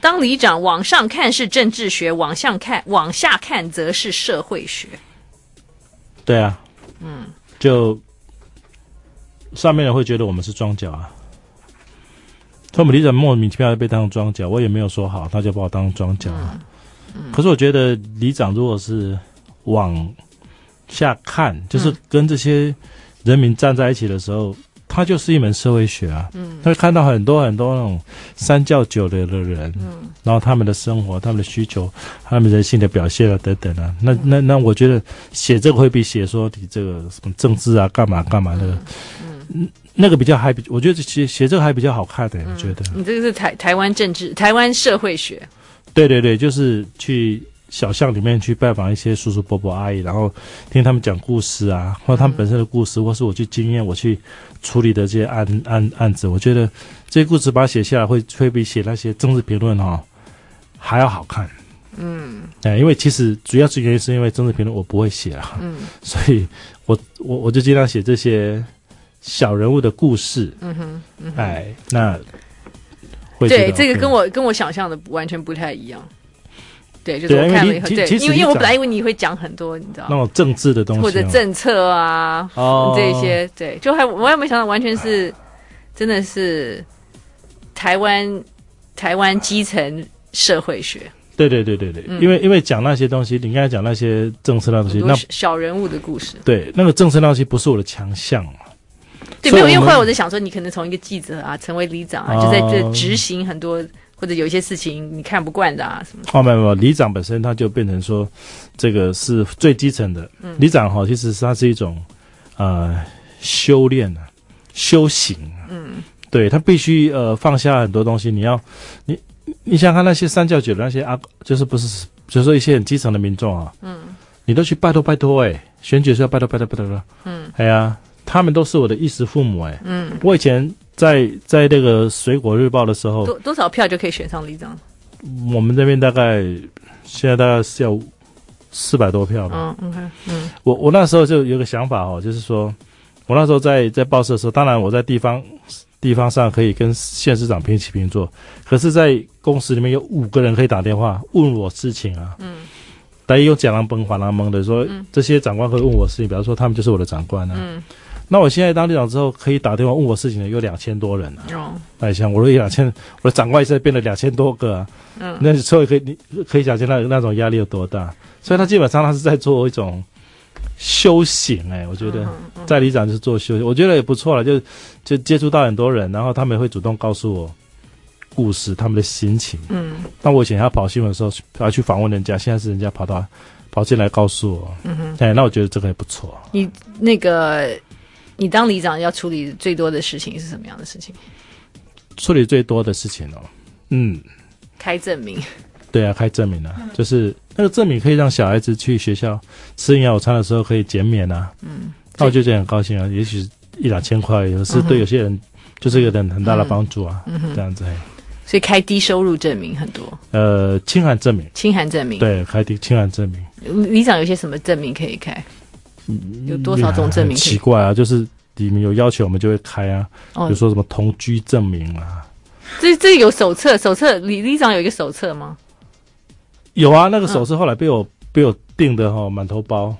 S1: 当里长往上看是政治学，往下看往下看则是社会学。
S3: 对啊，嗯，就上面人会觉得我们是庄脚啊。所以我们李长莫名其妙地被当成庄脚，我也没有说好，他就把我当成庄脚啊。可是我觉得里长如果是往下看，就是跟这些人民站在一起的时候，他就是一门社会学啊。嗯，他会看到很多很多那种三教九流的人，嗯，然后他们的生活、他们的需求、他们人性的表现啊等等啊。那那那，我觉得写这个会比写说你这个什么政治啊、干嘛干嘛那个，嗯，那个比较还比，我觉得写写这个还比较好看的、我觉得。
S1: 你这个是台台湾政治、台湾社会学。
S3: 对对对，就是去小巷里面去拜访一些叔叔伯伯阿姨，然后听他们讲故事啊，或者他们本身的故事，或是我去经验我去处理的这些案案案子，我觉得这些故事把它写下来会会比写那些政治评论哈、还要好看。嗯，哎，因为其实主要是原因是因为政治评论我不会写啊，
S1: 嗯
S3: 所以我我我就尽量写这些小人物的故事。
S1: 嗯哼，
S3: 哎，那会觉得
S1: 对，这个
S3: OK
S1: 跟我跟我想象的不完全不太一样。对，就是
S3: 对
S1: 我
S3: 因为
S1: 看
S3: 你
S1: 了以后，
S3: 其
S1: 对，
S3: 其实
S1: 因为
S3: 你
S1: 因为我
S3: 讲
S1: 本来以为你会讲很多，你知道
S3: 那
S1: 吗，
S3: 种政治的东西、哦，
S1: 或者政策啊，
S3: 哦，
S1: 这些，对，就还我也没想到，完全是真的是台湾台湾基层社会学，
S3: 对对对对对，
S1: 嗯
S3: 因为因为讲那些东西，你刚才讲那些政策那东
S1: 很
S3: 西，
S1: 多
S3: 那
S1: 小小人物的故事。
S3: 对那个政策那东西不是我的强项啊嘛，
S1: 对，
S3: 所
S1: 没
S3: 以
S1: 有，因为
S3: 我
S1: 后
S3: 们
S1: 来我在想说，你可能从一个记者啊，成为里长啊，就在这
S3: 哦
S1: 执行很多，或者有一些事情你看不惯的啊什么的。
S3: 哦，没有没有，里长本身他就变成说，这个是最基层的。里长哈、其实是它是一种呃修炼啊，修行啊。嗯，对他必须呃放下很多东西。你要你你想想看那些三教九流那些啊，就是不是就是说一些很基层的民众啊，嗯，你都去拜托拜托哎、选举是要拜托拜托拜托拜托。嗯，哎呀，他们都是我的衣食父母哎、
S1: 嗯，
S3: 我以前在在那个水果日报的时候，
S1: 多多少票就可以选上里长？
S3: 我们这边大概现在大概是要四百多票吧。
S1: 嗯，OK，嗯
S3: 我我那时候就有个想法哦，就是说我那时候在在报社的时候，当然我在地方地方上可以跟县市长平起平坐，可是，在公司里面有五个人可以打电话问我事情啊。嗯。大家有讲狼崩、黄狼崩啊的说，这些长官会问我事情，比方说他们就是我的长官啊。
S1: 嗯，
S3: 那我现在当队长之后，可以打电话问我事情的有两千多人啊。
S1: 哦，
S3: 那像我的两千，我的长官一下变了两千多个、啊，
S1: 嗯
S3: 那时候可以你可以想见那那种压力有多大。所以他基本上他是在做一种修行、哎，我觉
S1: 嗯
S3: 得在里长就是做修行，我觉得也不错了，就就接触到很多人，然后他们会主动告诉我故事，他们的心情。
S1: 嗯
S3: 那我以前要跑新闻的时候，要去访问人家，现在是人家跑到跑进来告诉我，
S1: 嗯哼，
S3: 哎，那我觉得这个也不错。
S1: 你那个你当里长要处理最多的事情是什么样的事情？
S3: 处理最多的事情哦，嗯。
S1: 开证明，
S3: 对啊，开证明
S1: 嗯
S3: 啊，就是那个证明可以让小孩子去学校吃营养午餐的时候可以减免啊。嗯，那我就觉得很高兴啊，也许一两千块，有时对有些人就是一个很很大的帮助
S1: 嗯
S3: 啊。这样子，
S1: 所以开低收入证明很多，
S3: 呃，清寒证明，
S1: 清寒证明。
S3: 对，开庭清寒证明，
S1: 里长有些什么证明可以开？有多少种证明
S3: 很
S1: 可
S3: 奇
S1: 以？
S3: 怪啊，就是你们有要求，我们就会开啊，比
S1: 哦
S3: 如，说什么同居证明啊。
S1: 这这有手册，手册里里长有一个手册吗？
S3: 有啊，那个
S1: 嗯
S3: 手册后来被我、被我定的哈、哦，满头包。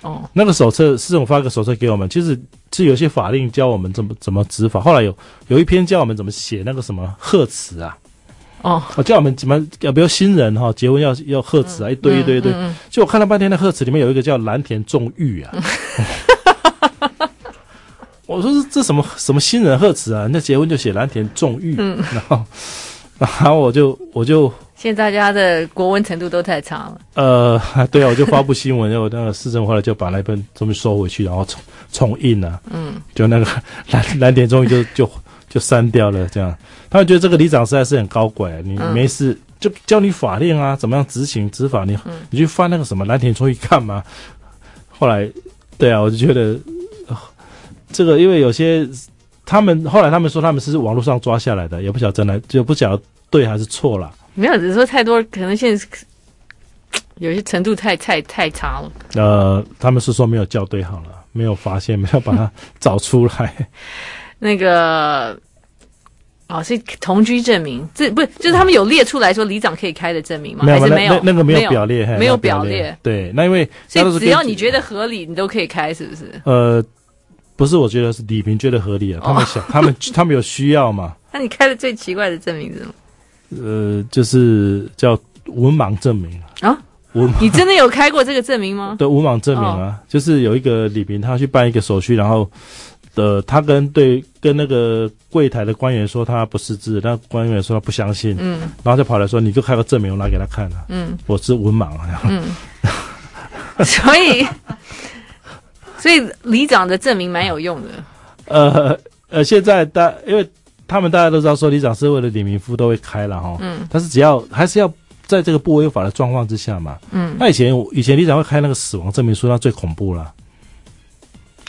S1: 哦，
S3: 那个手册，市政府发个手册给我们，其实是有些法令教我们怎么怎么执法。后来有有一篇教我们怎么写那个什么贺词啊，
S1: 哦，
S3: 哦，教我们怎么要不要新人哈、结婚要要贺词啊，一堆一堆一堆。
S1: 嗯嗯
S3: 就我看了半天，那贺词里面有一个叫蓝田种玉 啊。我说这这什么什么新人贺词啊？人家结婚就写蓝田种玉，然后然后我就我就
S1: 现在大家的国文程度都太差了。
S3: 呃，对啊，我就发布新闻，然后那个市政府后来就把那份东西收回去，然后重冲印啊，
S1: 嗯，
S3: 就那个 蓝蓝田终于就就就删掉了，这样，他们觉得这个里长实在是很高拐，你
S1: 嗯
S3: 没事、就教你法令啊，怎么样执行执法，你、
S1: 嗯
S3: 你去翻那个什么蓝田终于干嘛？后来，对啊，我就觉得、呃这个，因为有些他们后来他们说他们是网络上抓下来的，也不晓得真的就不晓得对还是错啦。
S1: 没有，只是说太多，可能现在有些程度太太太差了。
S3: 呃，他们是说没有校对好了，没有发现，没有把它找出 来。
S1: 那个哦，是同居证明，这不就是他们有列出来说里长可以开的证明吗？还
S3: 有，
S1: 是
S3: 那
S1: 没
S3: 那那个
S1: 没
S3: 没有表列，嘿
S1: 没有
S3: 表
S1: 表列。
S3: 对，那因为
S1: 所
S3: 大家都
S1: 以
S3: 是
S1: 只
S3: 根
S1: 要
S3: 据
S1: 你觉得合理，你都可以开，是不是？
S3: 呃，不是，我觉得是李平觉得合理
S1: 哦
S3: 啊，他们想，他们他们有需要嘛？
S1: 那你开的最奇怪的证明是什么？
S3: 呃，就是叫文盲证明
S1: 啊，
S3: 文盲
S1: 你真的有开过这个证明吗？
S3: 对文盲证明
S1: 哦
S3: 啊，就是有一个李平他去办一个手续，然后。呃，他跟对跟那个柜台的官员说他不识字，那官员说他不相信，
S1: 嗯
S3: 然后就跑来说你就开个证明，我拿给他看啊，
S1: 嗯
S3: 我是文盲啊，
S1: 嗯， 所以所以里长的证明蛮有用的。
S3: 呃呃，现在大因为他们大家都知道说里长是为了李明夫都会开了哈，
S1: 嗯
S3: 但是只要还是要在这个不违法的状况之下嘛。
S1: 嗯，
S3: 那以前我以前里长会开那个死亡证明书，那最恐怖了。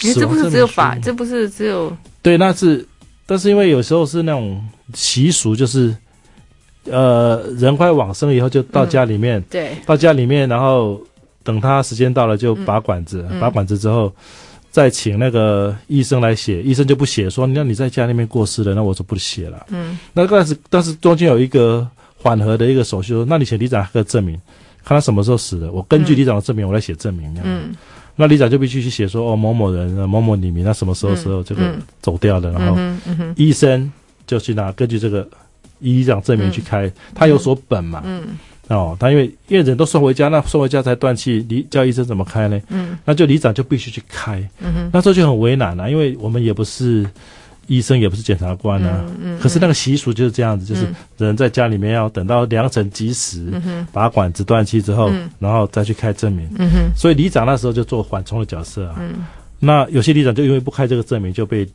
S1: 因为
S3: 死
S1: 这
S3: 亡
S1: 不是
S3: 哦证
S1: 只有
S3: 明书
S1: 法，这不是只有
S3: 对，那是，但是因为有时候是那种习俗，就是呃人快往生以后就
S1: 嗯
S3: 到家里面，
S1: 对
S3: 到家里面，然后等他时间到了就拔管子，
S1: 嗯嗯
S3: 拔管子之后。再请那个医生来写，医生就不写，说那你在家里面过世了，那我就不写了。
S1: 嗯
S3: 那但是但是中间有一个缓和的一个手续，说那你写里长的证明，看他什么时候死的，我根据
S1: 嗯
S3: 里长的证明，我来写证明。这样
S1: 嗯
S3: 那里长就必须去写说哦某某人呃某某李明，他什么时候
S1: 嗯
S3: 时候这个
S1: 嗯
S3: 走掉的，然
S1: 嗯
S3: 后
S1: 哼嗯哼
S3: 医生就去拿根据这个医长证明去开，他有所本嘛。
S1: 嗯
S3: 哦，他因为因为人都送回家，那送回家才断气，里叫医生怎么开呢？
S1: 嗯
S3: 那就里长就必须去开，
S1: 嗯哼
S3: 那时候就很为难了、啊因为我们也不是医生，也不是检察官啊。
S1: 嗯嗯，
S3: 可是
S1: 个
S3: 那个习俗就是这样子，就是
S1: 嗯
S3: 人在家里面要等到良辰吉时，
S1: 嗯哼
S3: 拔管子断气之后，
S1: 嗯
S3: 然后再去开证明。
S1: 嗯哼
S3: 所以里长那时候就做缓冲的角色啊。
S1: 嗯
S3: 那有些里长就因为不开这个证明，就被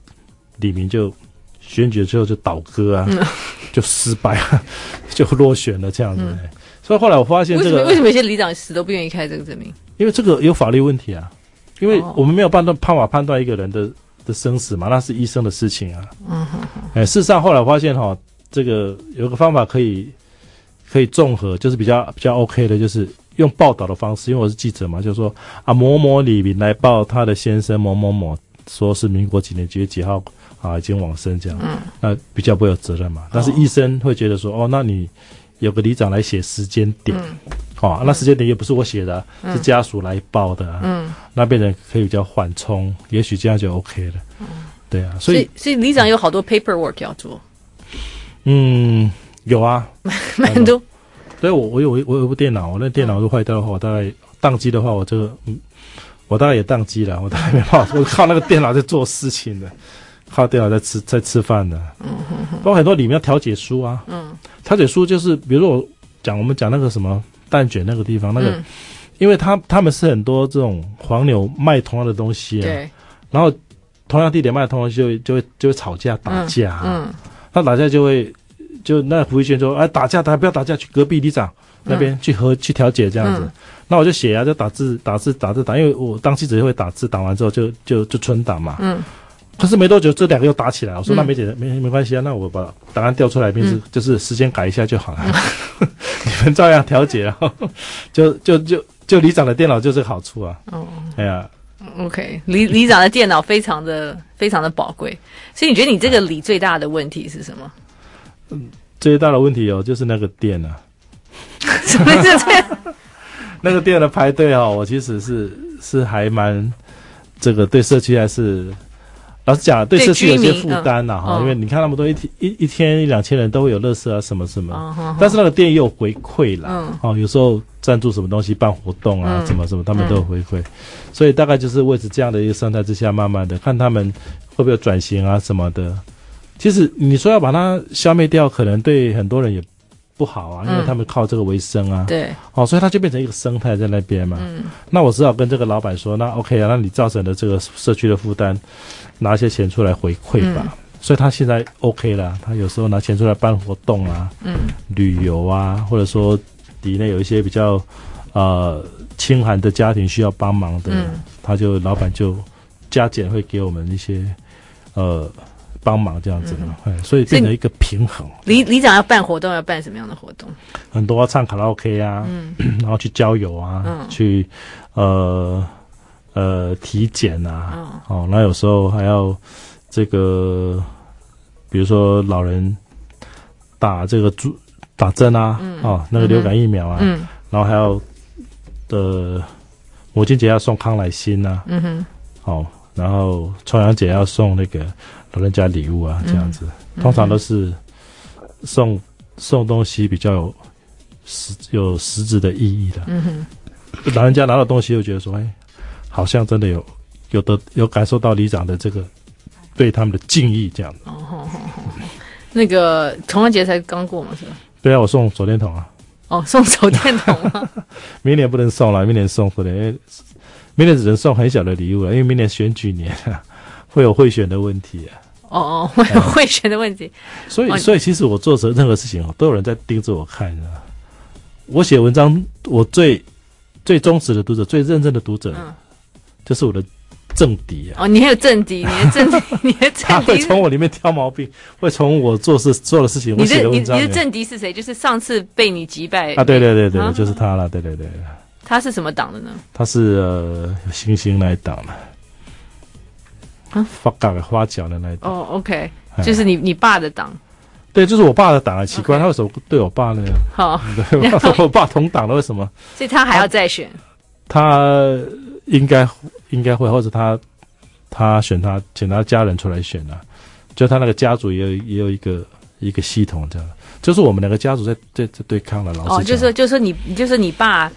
S3: 李明就选举之后就倒戈啊，
S1: 嗯
S3: 就失败啊， 就落选了这样子、
S1: 嗯
S3: 所以后来我发现
S1: 为
S3: 这
S1: 什么为
S3: 个，
S1: 什么有些里长死都不愿意开这个证明？
S3: 因为这个有法律问题啊，因为
S1: 哦
S3: 我们没有判断判法判断一个人的的生死嘛，那是医生的事情啊。
S1: 嗯哼
S3: 哎，事实上后来我发现哈、这个有个方法可以可以综合，就是比较比较 OK 的，就是用报道的方式，因为我是记者嘛，就是说啊某某李明来报他的先生某某某，说是民国几年几月几号啊已经往生这样，
S1: 嗯哦
S3: 那比较不会有责任嘛。但是医生会觉得说，哦，那你有个里长来写时间点，
S1: 嗯
S3: 哦，那时间点也不是我写的啊、
S1: 嗯
S3: 是家属来报的、啊，
S1: 嗯，
S3: 那变成可以比较缓冲，也许这样就 OK 了。对啊，
S1: 嗯所
S3: 所以
S1: 以所以里长有好多 paperwork 要做，
S3: 嗯，有啊，
S1: 蛮多
S3: 对，我我有我有部电脑，我那电脑
S1: 嗯
S3: 如果坏掉的话，我大概宕机的话，我这个嗯，我大概也宕机了，我大概没办法，我靠那个电脑在做事情的，靠电脑在吃在吃饭的，包括很多里面要调解书啊，
S1: 嗯
S3: 调解书就是比如说我讲我们讲那个什么蛋卷那个地方那个，
S1: 嗯
S3: 因为他他们是很多这种黄牛卖同样的东西、啊，
S1: 对
S3: 然后同样地点卖同样东西就会就会就会吵架打架、啊，
S1: 嗯
S3: 那打架就会就那胡一轩说，哎，打架打不要打架，去隔壁里长那边、去和去调解这样子。
S1: 嗯
S3: 那我就写啊，就打字打字打字打，因为我当记者就会打字，打完之后就就就存档嘛。
S1: 嗯
S3: 可是没多久，这两个又打起来，我说
S1: 嗯
S3: 那没解决，没没关系啊，那我把档案调出来，平时、
S1: 嗯
S3: 就是时间改一下就好了，你们照样调解啊，就就就就里长的电脑就这个好处啊，
S1: 哦
S3: 哎呀，
S1: 嗯 OK，里里长的电脑非常的非常的宝贵，所以你觉得你这个里最大的问题是什么？
S3: 最大的问题哦就是那个电啊，
S1: 什么这 这
S3: 那个店的排队哦，我其实是是还蛮这个对社区还是老实讲，对
S1: 对
S3: 社区有
S1: 居
S3: 些
S1: 民
S3: 负担呐、哈、
S1: 嗯嗯
S3: 因为你看那么多一天一一天一两千人都会有乐色啊什么什么，
S1: 哦好好
S3: 但是那个店也有回馈啦，
S1: 嗯
S3: 哦有时候赞助什么东西办活动啊、
S1: 嗯
S3: 什么什么，他们都有回馈，所以大概就是为此这样的一个生态之下，慢慢的看他们会不会有转型啊什么的。其实你说要把它消灭掉，可能对很多人也不好啊，因为他们靠这个为生啊，
S1: 嗯对，
S3: 哦，所以它就变成一个生态在那边嘛。
S1: 嗯
S3: 那我只好跟这个老板说，那 OK 啊，那你造成了这个社区的负担，拿一些钱出来回馈吧。
S1: 嗯
S3: 所以他现在 OK 啦，他有时候拿钱出来办活动啊，
S1: 嗯
S3: 旅游啊，或者说里内有一些比较呃清寒的家庭需要帮忙的，
S1: 嗯
S3: 他就老板就加减会给我们一些呃帮忙这样
S1: 嗯
S3: 子嘛，哎所以变成一个平衡，
S1: 里里长要办活动，要办什么样的活动？
S3: 很多要唱卡拉 OK 啊，
S1: 嗯
S3: 然后去郊游啊，
S1: 嗯
S3: 去呃呃体检啊，
S1: 嗯
S3: 哦，那有时候还要这个，比如说老人打这个注打针啊，
S1: 嗯
S3: 哦，那个流感疫苗啊，
S1: 嗯
S3: 然后还要呃，母亲节要送康乃馨啊，
S1: 嗯哼
S3: 哦，然后重阳节要送那个老人家礼物啊，这样子，
S1: 嗯
S3: 通常都是送送东西比较有实有实质的意义的。
S1: 嗯哼
S3: 老人家拿到东西，就觉得说，哎，好像真的有有的有感受到里长的这个对他们的敬意，这样子。
S1: 哦吼吼吼，那个重阳节才刚过嘛，是吧？
S3: 对啊，我送手电筒啊，
S1: 哦，送手电筒 吗？明
S3: 明年不能送了，明年送不能，因为明年只能送很小的礼物啊了，因为明年选举年、啊、 会有贿选的问题、啊。
S1: 哦哦，我有会选的问题。
S3: 所
S1: 哦
S3: 以，所以其实我做任何事情哦，都有人在盯着我看的。我写文章，我最最忠实的读者，最认真的读者，
S1: 嗯
S3: 就是我的政敌啊。
S1: 哦，你还有政敌，你的 政敌，你的
S3: 他
S1: 政
S3: 会
S1: 敌是，
S3: 从我里面挑毛病，会从我做事做的事情，我
S1: 你
S3: 写
S1: 的
S3: 的
S1: 你
S3: 文章
S1: 你
S3: 里
S1: 的
S3: 面
S1: 政敌是谁？就是上次被你击败
S3: 啊，对对对对，
S1: 啊
S3: 就是他了，对对对，
S1: 他是什么党的呢？
S3: 他是呃有星星那一档的，
S1: 啊
S3: 发嘎的花脚的那一档，
S1: 哦，OK，
S3: 哎
S1: 就是你你爸的党。
S3: 对，就是我爸的档啊，奇怪，
S1: OK
S3: 他为什么对我爸 呢？
S1: 好，
S3: 对，我跟我爸同档的，为什么？
S1: 哦所以他还要再选。
S3: 他应该应该会，或者他他选他请他家人出来选啊，就他那个家族也有也有一个一个系统这样，就是我们两个家族在在在对抗了，老啊
S1: 哦，
S3: 师
S1: 就是说就是说你就是说你爸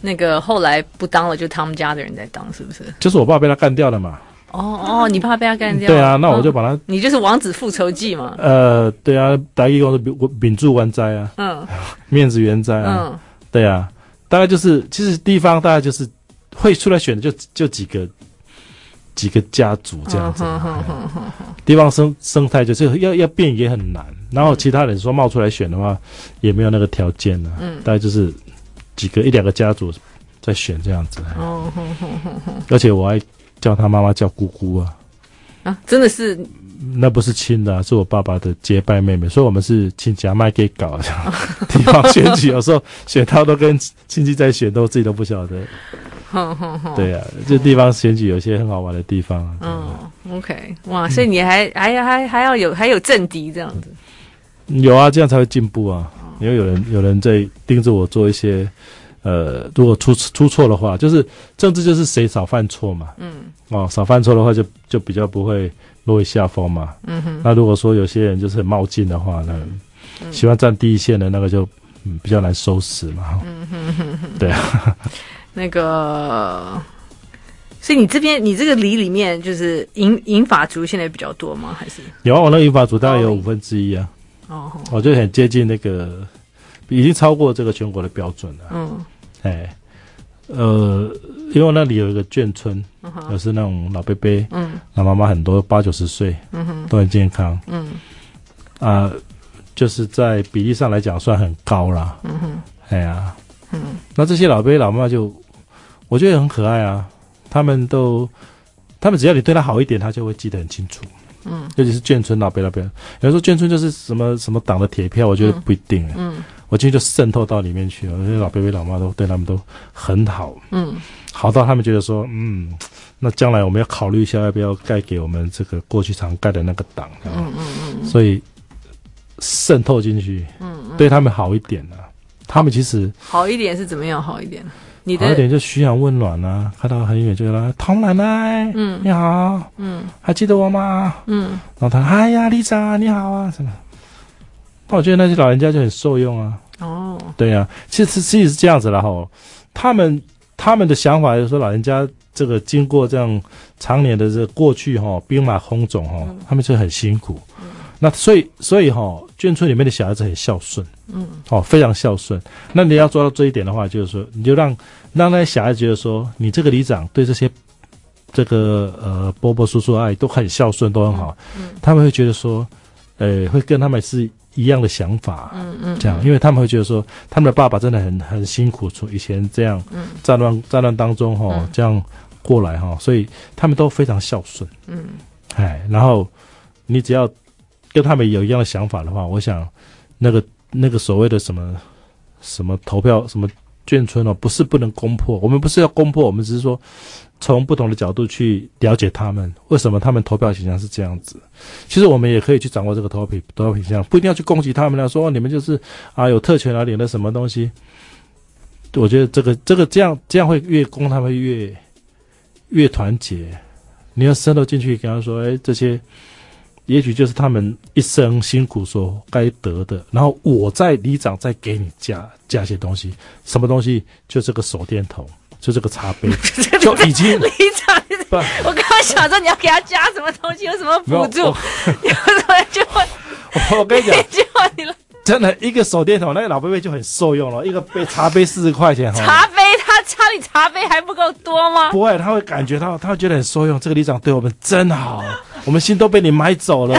S1: 那个后来不当了，就他们家的人在当，是不是？
S3: 就是我爸被他干掉了嘛，
S1: 哦哦，你爸被他干掉。
S3: 对啊，那我就
S1: 嗯
S3: 把他、
S1: 你就是王子复仇记嘛。
S3: 呃，对啊，打一工是秉住完灾啊，
S1: 嗯
S3: 面子原灾啊，
S1: 嗯
S3: 对啊，大概就是其实地方大概就是会出来选的就就几个几个家族这样子啊、
S1: 嗯哼
S3: 哎
S1: 哼哼哼
S3: 地方生生态就是要要变也很难，然后其他人说冒出来选的话，也没有那个条件呢、啊，
S1: 嗯
S3: 大概就是几个一两个家族在选这样子，哎
S1: 哦哼哼哼哼
S3: 而且我还叫他妈妈叫姑姑啊，
S1: 啊，真的是
S3: 那不是亲的、啊，是我爸爸的结拜妹妹，所以我们是亲家卖给搞的。 地方选举有时候选到都跟亲戚在选，都自己都不晓得。
S1: 哼哼哼。
S3: 对啊，这地方选举有些很好玩的地方啊。
S1: 嗯，OK，哇，所以你还、还还还要有还有政敌这样子，
S3: 有啊，这样才会进步啊。
S1: 哦
S3: 因为有人有人在盯着我做一些，呃，如果出出错的话，就是政治就是谁少犯错嘛。
S1: 嗯
S3: 哦，少犯错的话就就比较不会落于下风嘛。
S1: 嗯哼，嗯
S3: 那如果说有些人就是很冒进的话，那喜欢站第一线的那个就嗯比较难收拾嘛。
S1: 嗯那个，所以你这边你这个里里面就是银银法族现在比较多吗？还是
S3: 有啊，我那个语法组大概有五分之一啊，
S1: 哦，哦
S3: 我就很接近那个，已经超过这个全国的标准了。
S1: 嗯
S3: 哎，呃，因为我那里有一个眷村，
S1: 嗯
S3: 也
S1: 哼
S3: 是那种老伯伯，
S1: 嗯
S3: 那妈妈很多八九十岁
S1: 嗯哼
S3: 都很健康
S1: 嗯
S3: 啊、就是在比例上来讲算很高啦。
S1: 嗯哼
S3: 哎呀，
S1: 嗯，
S3: 那这些老伯老妈就，我觉得很可爱啊。他们都，他们只要你对他好一点，他就会记得很清楚。
S1: 嗯
S3: 尤其是眷村老伯老伯，有人说眷村就是什么什么党的铁票，我觉得不一定。啊
S1: 嗯
S3: 我今天就渗透到里面去了，那些老伯伯老妈都对他们都很好，
S1: 嗯
S3: 好到他们觉得说，嗯，那将来我们要考虑一下，要不要盖给我们这个过去常盖的那个党。这样
S1: 嗯嗯
S3: 所以渗透进去，
S1: 嗯嗯，
S3: 对他们好一点呢、他们其实
S1: 好一点是怎么样？好一点，你
S3: 好一
S1: 的
S3: 点就嘘寒问暖啊，看到很远就跟他唐奶奶，
S1: 嗯
S3: 你好，
S1: 嗯
S3: 还记得我吗？
S1: 嗯
S3: 然后他哎呀，丽莎你好啊什么。那我觉得那些老人家就很受用啊，
S1: 哦
S3: 对呀、其实其实是这样子的哈。他们他们的想法就是说，老人家这个经
S1: 嗯
S3: 过这样常年的这个过去哈、兵马轰种哈、他们就很辛苦。那所以所以哈、眷村里面的小孩子很孝顺，嗯，哦，非常孝顺。那你要做到这一点的话，就是说，你就让让那些小孩觉得说，你这个里长对这些这个呃伯伯叔叔阿姨都很孝顺，都很好，
S1: 嗯
S3: 他们会觉得说，呃，会跟他们是一样的想法，
S1: 嗯嗯，
S3: 这样，因为他们会觉得说，他们的爸爸真的很很辛苦，从以前这样
S1: 嗯
S3: 战乱战乱当中哈、
S1: 嗯
S3: 这样过来哈、所以他们都非常孝顺。
S1: 嗯
S3: 哎，然后你只要跟他们有一样的想法的话，我想那个那个所谓的什么什么投票什么眷村哦，不是不能攻破，我们不是要攻破，我们只是说从不同的角度去了解他们为什么他们投票倾向是这样子。其实我们也可以去掌握这个投票投票倾向，不一定要去攻击他们啊，说、哦你们就是啊有特权啊，领了什么东西。我觉得这个这个这样这样会越攻，他们越越团结。你要渗透进去，跟他说：“哎，这些也许就是他们一生辛苦所该得的。然后我在里长再给你加加些东西，什么东西？就这个手电筒，就这个茶杯， 就已 经
S1: 里长，
S3: 不
S1: 我刚刚想着你要给他加什么东西，有什么
S3: 没有
S1: 补助
S3: 我，
S1: 有什么就会
S3: 我我跟你讲，
S1: 就会你
S3: 真的一个手电筒，那个老伯伯就很受用了。一个杯茶杯四十块钱，哈
S1: 茶杯，他家里茶杯还不够多 吗？
S3: 不会，他会感觉到，他会觉得很受用。这个里长对我们真好，我们心都被你买走 了。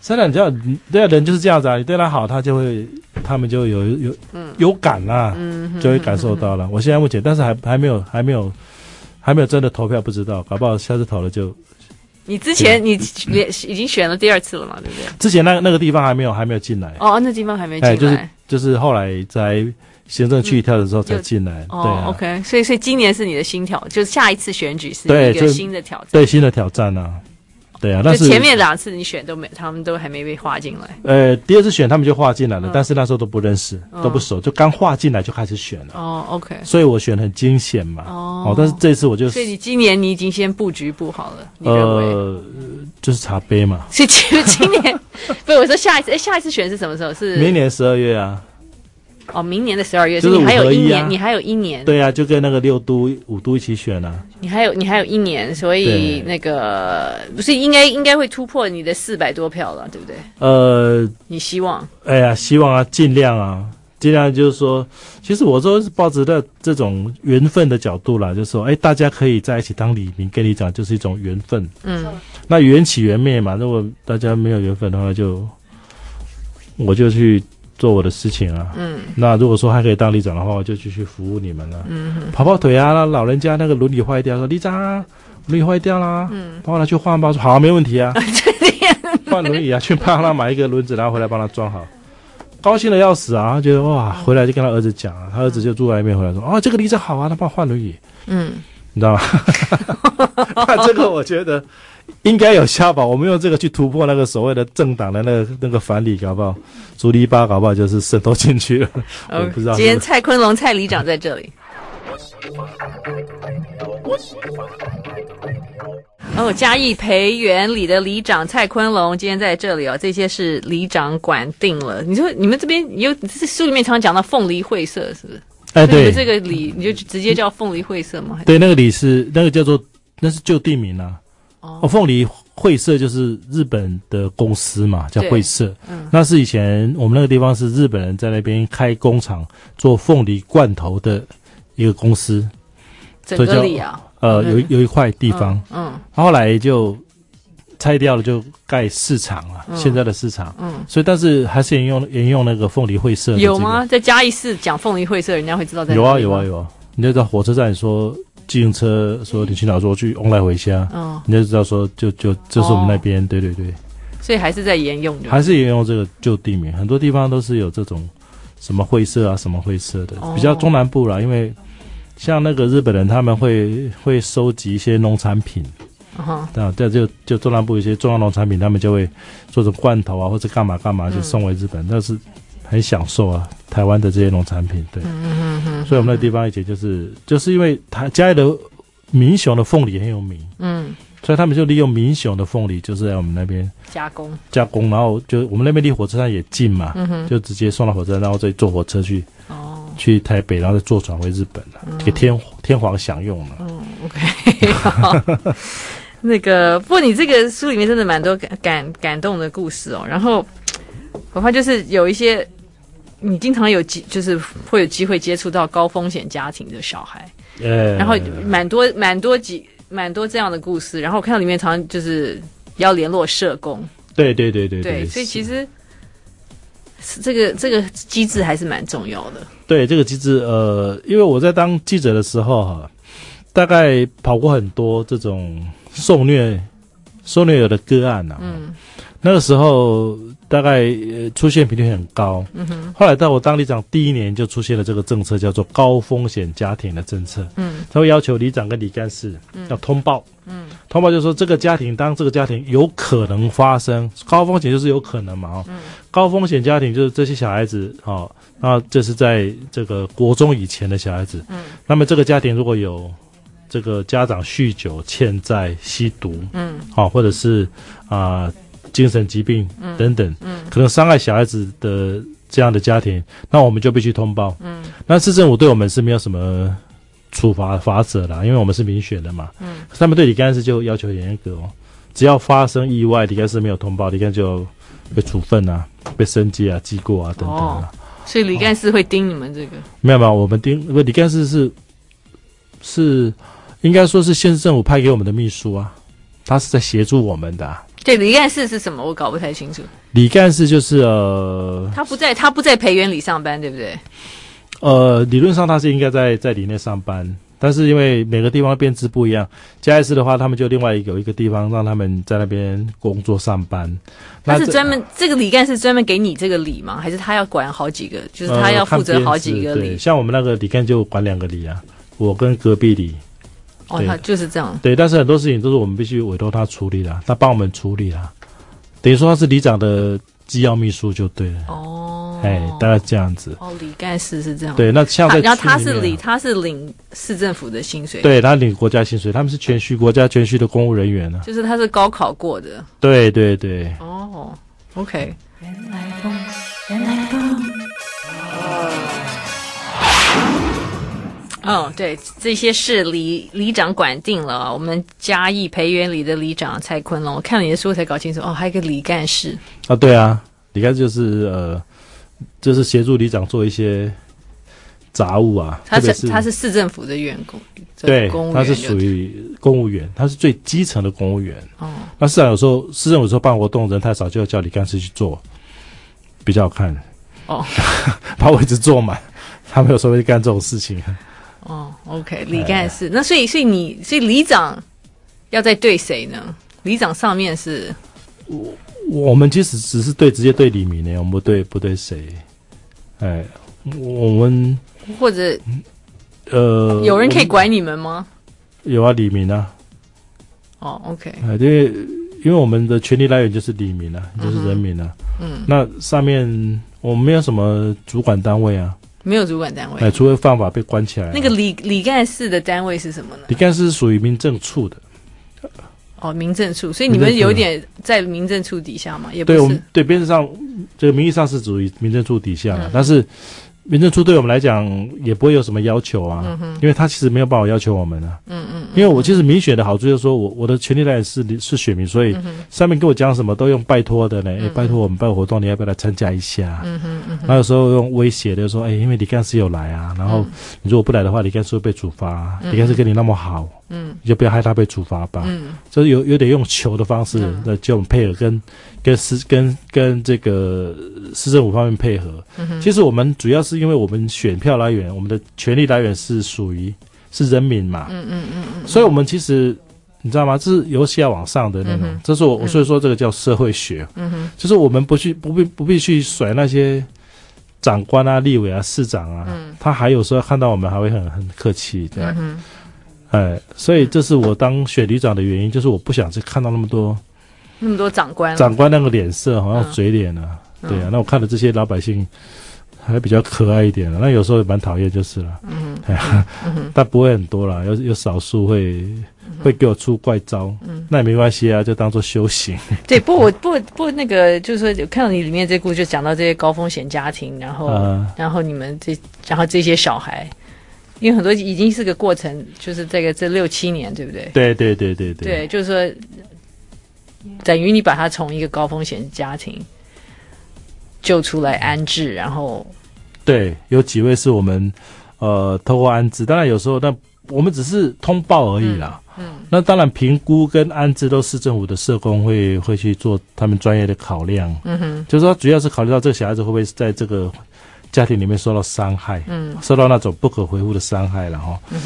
S3: 真的，你知道，你对啊人就是这样子啊，你对他好，他就会，他们就有有
S1: 嗯
S3: 有感啦、就会感受到了。我现在目前，但是还还没有，还没有，还没有真的投票，不知道，搞不好下次投了就
S1: 你之前你连已经选了第二次了嘛，对不对？
S3: 之前那那个地方还没有还没有进来，
S1: 哦，那地方还没进
S3: 哎，
S1: 来。嗯
S3: 就是就是后来在行政区一跳的时候才
S1: 又
S3: 进来，对、
S1: 哦
S3: 啊、
S1: ，OK，所以所以今年是你的新挑，就是下一次选举是
S3: 对
S1: 一个
S3: 就
S1: 新的挑战。
S3: 对新的挑战啊，对啊，但
S1: 就是前面两次你选都没，他们都还没被划进来。
S3: 呃，第二次选他们就划进来了，
S1: 嗯
S3: 但是那时候都不认识，
S1: 嗯
S3: 都不熟，就刚划进来就开始选了，
S1: 哦，OK，
S3: 所以我选得很惊险嘛。
S1: 哦
S3: 但是这次我就
S1: 所以你今年你已经先布局布好了，你认为？
S3: 呃，就是茶杯嘛，
S1: 所以今今年 不是我说下一次，哎，下一次选是什么时候？是
S3: 明年十二月啊，
S1: 哦，明年的十二月，
S3: 就是
S1: 所以你还有
S3: 五合
S1: 一
S3: 一啊
S1: 年，你还有一年，
S3: 对啊，就跟那个六都五都一起选啊，
S1: 你还有你还有一年，所以
S3: 对
S1: 那个不是应该应该会突破你的四百多票了，对不对？
S3: 呃，
S1: 你希望
S3: 哎呀，希望啊，尽量啊，尽量就是说，其实我说是抱着的这种缘分的角度啦，就是说，哎，大家可以在一起当李明跟你讲，就是一种缘分。
S1: 嗯，
S3: 那缘起缘灭嘛，如果大家没有缘分的话就，我就去做我的事情啊。
S1: 嗯，
S3: 那如果说还可以当里长的话，我就继续服务你们了、嗯，跑跑腿啊，那老人家那个轮椅坏掉，说里长啊，轮椅坏掉啦，嗯，帮我拿去换吧。说好、没问 题啊，换轮椅啊，去帮他买一个轮子，然后回来帮他装好。高兴的要死啊！他觉得哇，
S1: 嗯
S3: 回来就跟他儿子讲啊，他儿子就住外面回来说：“哦，这个里长好啊，他帮我换轮椅。”
S1: 嗯，
S3: 你 知道吗？那这个我觉得应该有效吧。我们用这个去突破那个所谓的政党的那个那个反理，搞不好竹篱笆搞不好就是渗透进去了。我不知道
S1: 哦今天蔡坤龙蔡里长在这里。哦，嘉义培元里的里长蔡坤龙今天在这里哦，这些是里长管定了。你说你们这边有这书里面常讲到凤梨会社是不是？
S3: 哎，
S1: 所以你
S3: 对
S1: 们这个里你就直接叫凤梨会社吗？还是
S3: 对，那个李是那个叫做那是旧地名啊。
S1: 哦
S3: 哦，凤梨会社就是日本的公司嘛，叫
S1: 对
S3: 会社。
S1: 嗯
S3: 那是以前我们那个地方是日本人在那边开工厂做凤梨罐头的一个公司，
S1: 整个里啊，
S3: 呃，有
S1: 嗯
S3: 有一块地方。
S1: 嗯
S3: 后来就拆掉了，就盖市场了，
S1: 嗯
S3: 现在的市场。
S1: 嗯，
S3: 所以，但是还是沿用沿用那个凤梨会社、的这个
S1: 有吗？？在嘉义市讲凤梨会社，人家会知道在哪
S3: 有啊，
S1: 里
S3: 有
S1: 吗
S3: 啊，。有啊！你就在火车站说自行车，说你去哪说去翁来回家，
S1: 嗯，
S3: 你就知道说就就就是我们那边，对对对，
S1: 所以还是在沿用的。
S3: 还是沿用这个旧地名，很多地方都是有这种什么会社啊，什么会社的
S1: 哦，
S3: 比较中南部啦，因为。像那个日本人，他们会会收集一些农产品，
S1: 嗯哼
S3: 啊，对，就就中南部一些重要农产品，他们就会做成罐头啊，或者干嘛干嘛，就送回日本，那是很享受啊，台湾的这些农产品，对，
S1: 嗯哼
S3: 所以我们那地方以前就是就是因为台家里的民雄的凤梨很有名，
S1: 嗯，
S3: 所以他们就利用民雄的凤梨，就是在我们那边
S1: 加工。
S3: 加工，然后就我们那边离火车站也近嘛，
S1: 嗯哼，
S3: 就直接送到火车站，然后再坐火车去
S1: 哦
S3: 去台北，然后再
S1: 嗯
S3: 坐船回日本了，给天天皇享用了。
S1: ，OK 好。那个，不过你这个书里面真的蛮多感感感动的故事哦。然后我发现就是有一些，你经常有机，就是会有机会接触到高风险家庭的小孩，
S3: 呃，
S1: 然后蛮多蛮多几蛮多这样的故事。然后我看到里面常常就是要联络社工，
S3: 对对对对
S1: 对，所以其实是这个这个机制还是蛮重要的。
S3: 对这个机制，呃，因为我在当记者的时候哈、大概跑过很多这种受虐受虐友的个案呐、啊。
S1: 嗯
S3: 那个时候大概、呃、出现频率很高。
S1: 嗯哼
S3: 后来到我当里长第一年就出现了这个政策，叫做高风险家庭的政策。
S1: 嗯
S3: 他会要求里长跟里干事要通报，
S1: 嗯
S3: 通报就说这个家庭当这个家庭有可能发生高风险，就是有可能嘛哦，
S1: 嗯
S3: 高风险家庭就是这些小孩子哦，那这是在这个国中以前的小孩子，
S1: 嗯
S3: 那么这个家庭如果有这个家长酗酒、欠债、吸毒
S1: 嗯
S3: 哦，或者是啊、精神疾病
S1: 嗯
S3: 等等，
S1: 嗯
S3: 可能伤害小孩子的这样的家庭，那我们就必须通报。
S1: 嗯
S3: 那市政府对我们是没有什么处罚法则啦，因为我们是民选的嘛。
S1: 嗯，
S3: 他们对李干事就要求很严格哦，只要发生意外，李干事没有通报，李干事就被处分啊、被升级啊、记过啊等等
S1: 哦
S3: 啊。
S1: 所以李干事会盯你们这个，
S3: 没有没有，我们丁不李干事是是应该说是县市政府派给我们的秘书啊，他是在协助我们的啊、
S1: 对，李干事是什么？我搞不太清楚。
S3: 李干事就是呃
S1: 他不在，他不在培元里上班，对不对？
S3: 呃，理论上他是应该在在里面上班，但是因为每个地方编制不一样，嘉义市的话，他们就另外有一个地方让他们在那边工作上班。
S1: 他是
S3: 这
S1: 专门这个李干是专门给你这个里吗？还是他要管好几个？就是他要负责好几个
S3: 呃呃看编制
S1: 里
S3: 对，。像我们那个李干就管两个里啊，我跟隔壁里。
S1: 哦，他就是这样。
S3: 对，但是很多事情都是我们必须委托他处理的，他帮我们处理啦。等于说他是里长的机要秘书就对了，
S1: 哦，
S3: 哎、大概这样子。
S1: 哦，李干事是这样。
S3: 对，那像
S1: 他，
S3: 在
S1: 然后他
S3: 区里
S1: 是
S3: 面啊
S1: 领，他是领市政府的薪水。，
S3: 对他领国家薪水，他们是全区国家全区的公务人员呢、啊。
S1: 就是他是高考过的。
S3: 对对对，
S1: 哦，OK，
S5: 原来风，原来风，
S1: 哦，对，这些事里里长管定了。我们嘉义培元里的里长蔡坤龙，我看了你的书才搞清楚。哦，还有一个李干事。
S3: 啊对啊，李干就是呃，就是协助里长做一些杂务啊，
S1: 他
S3: 特别
S1: 是他是市政府的员工，
S3: 对
S1: 公务，
S3: 他
S1: 员
S3: 是
S1: 就
S3: 属于公务员，他是最基层的公务员。
S1: 哦，
S3: 那市长有时候市政府说办活动人太少，就叫李干事去做，比较好看。
S1: 哦，
S3: 把位置坐满，他没有说会干这种事情。
S1: 哦，OK，李
S3: 哎
S1: 干事。那所以，所以你，所以里长要在对谁呢？里长上面是
S3: 我们其实只是对直接对李明呢，我们不对不对谁，哎，我们
S1: 或者
S3: 呃
S1: 有人可以
S3: 我
S1: 管你们吗？
S3: 们有啊李明啊，
S1: 哦，OK，
S3: 哎因为因为我们的权力来源就是李明啊，就是人民啊，
S1: 嗯，
S3: 那上面我们没有什么主管单位啊，
S1: 没有主管单位。
S3: 哎，除非犯法被关起来啊、
S1: 那个李李干事的单位是什么呢
S3: 李？干事是属于民政处的，
S1: 哦，民政处。所以你们
S3: 民政处
S1: 有点在民政处底下嘛？也不
S3: 对我
S1: 是
S3: 们。对编制上这个名义上是属于民政处底下了，
S1: 嗯
S3: 但是民政处对我们来讲也不会有什么要求啊，
S1: 嗯哼，
S3: 因为他其实没有办法要求我们啊。
S1: 嗯嗯
S3: 因为我其实民选的好处就是说我我的权利来源是是选民，所以
S1: 嗯哼，
S3: 上面跟我讲什么都用拜托的呢，哎
S1: 嗯
S3: 拜托我们办活动，你要不要来参加一下？啊
S1: 嗯哼，嗯哼，
S3: 那有时候用威胁的说，哎，因为李干事有来啊，然后你如果不来的话，李干事会被处罚啊，
S1: 嗯
S3: 李干事跟你那么好，
S1: 嗯
S3: 你就不要害他被处罚吧。
S1: 嗯
S3: 就是有有点用求的方式
S1: 嗯，
S3: 那就我们配合跟跟市跟跟这个市政府方面配合。
S1: 嗯哼，
S3: 其实我们主要是因为我们选票来源，我们的权利来源是属于是人民嘛，
S1: 嗯嗯嗯嗯，
S3: 所以我们其实你知道吗？这是由下往上的那种
S1: 嗯哼，
S3: 这是我
S1: 嗯
S3: 所以说这个叫社会学，
S1: 嗯哼，
S3: 就是我们不去不必不必去甩那些长官啊、立委啊、市长啊，
S1: 嗯
S3: 他还有时候看到我们还会很很客气，对。
S1: 嗯哼，
S3: 哎，所以这是我当选旅长的原因，就是我不想去看到那么多
S1: 那么多长官啊了，
S3: 长官那个脸色，好像
S1: 嗯
S3: 嘴脸啊，
S1: 嗯
S3: 对啊。那我看的这些老百姓还比较可爱一点啊了，那有时候也蛮讨厌就是了，
S1: 嗯
S3: 哎呀
S1: 嗯哼，
S3: 但不会很多啦，有有少数会会给我出怪招，
S1: 嗯
S3: 那也没关系啊，就当做修行。
S1: 对，不过我不过不过那个就是说，有看到你里面这故事，就哦讲到这些高风险家庭，然后、
S3: 嗯
S1: 然后你们这然后这些小孩，因为很多已经是个过程，就是这个这六七年，对不对？
S3: 对对对对
S1: 对，就是说，等于你把他从一个高风险家庭救出来安置，然后
S3: 对，有几位是我们呃透过安置，当然有时候那我们只是通报而已啦。嗯，那当然评估跟安置都市政府的社工会会去做他们专业的考量。嗯哼，就是说主要是考虑到这个小孩子会不会在这个家庭里面受到伤害，嗯，受到那种不可回复的伤害了哈。嗯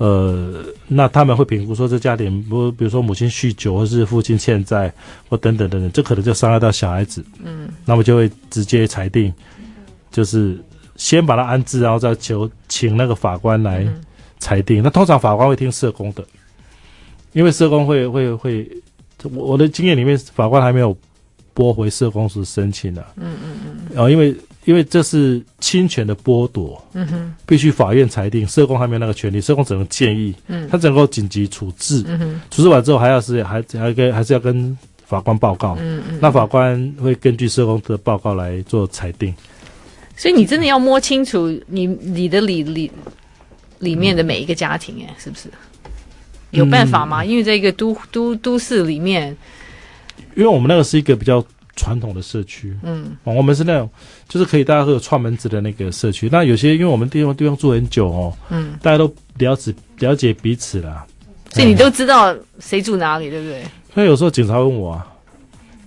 S3: 呃，那他们会评估说这家庭，不，比如说母亲酗酒，或是父亲欠债，或等等等等，这可能就伤害到小孩子。嗯，那么就会直接裁定，就是先把他安置，然后再求请那个法官来裁定。那通常法官会听社工的，因为社工会会会，我我的经验里面，法官还没有驳回社工时申请呢、嗯嗯嗯。然后因为因为这是侵权的剥夺，嗯哼，必须法院裁定，社工还没有那个权利，社工只能建议，嗯，他只能够紧急处置，嗯哼，处置完之后还要是还还跟还是要跟法官报告，嗯嗯，那法官会根据社工的报告来做裁定。
S1: 所以你真的要摸清楚你你的里里里面的每一个家庭，哎，是不是？有办法
S3: 嗯
S1: 吗？因为在一个都都都市里面，
S3: 因为我们那个是一个比较传统的社区，嗯、哦，我们是那种就是可以大家会有串门子的那个社区。那有些因为我们地方地方住很久哦，嗯，大家都了解了解彼此啦，嗯
S1: 所以你都知道谁住哪里，对不对？
S3: 所以有时候警察问我、啊，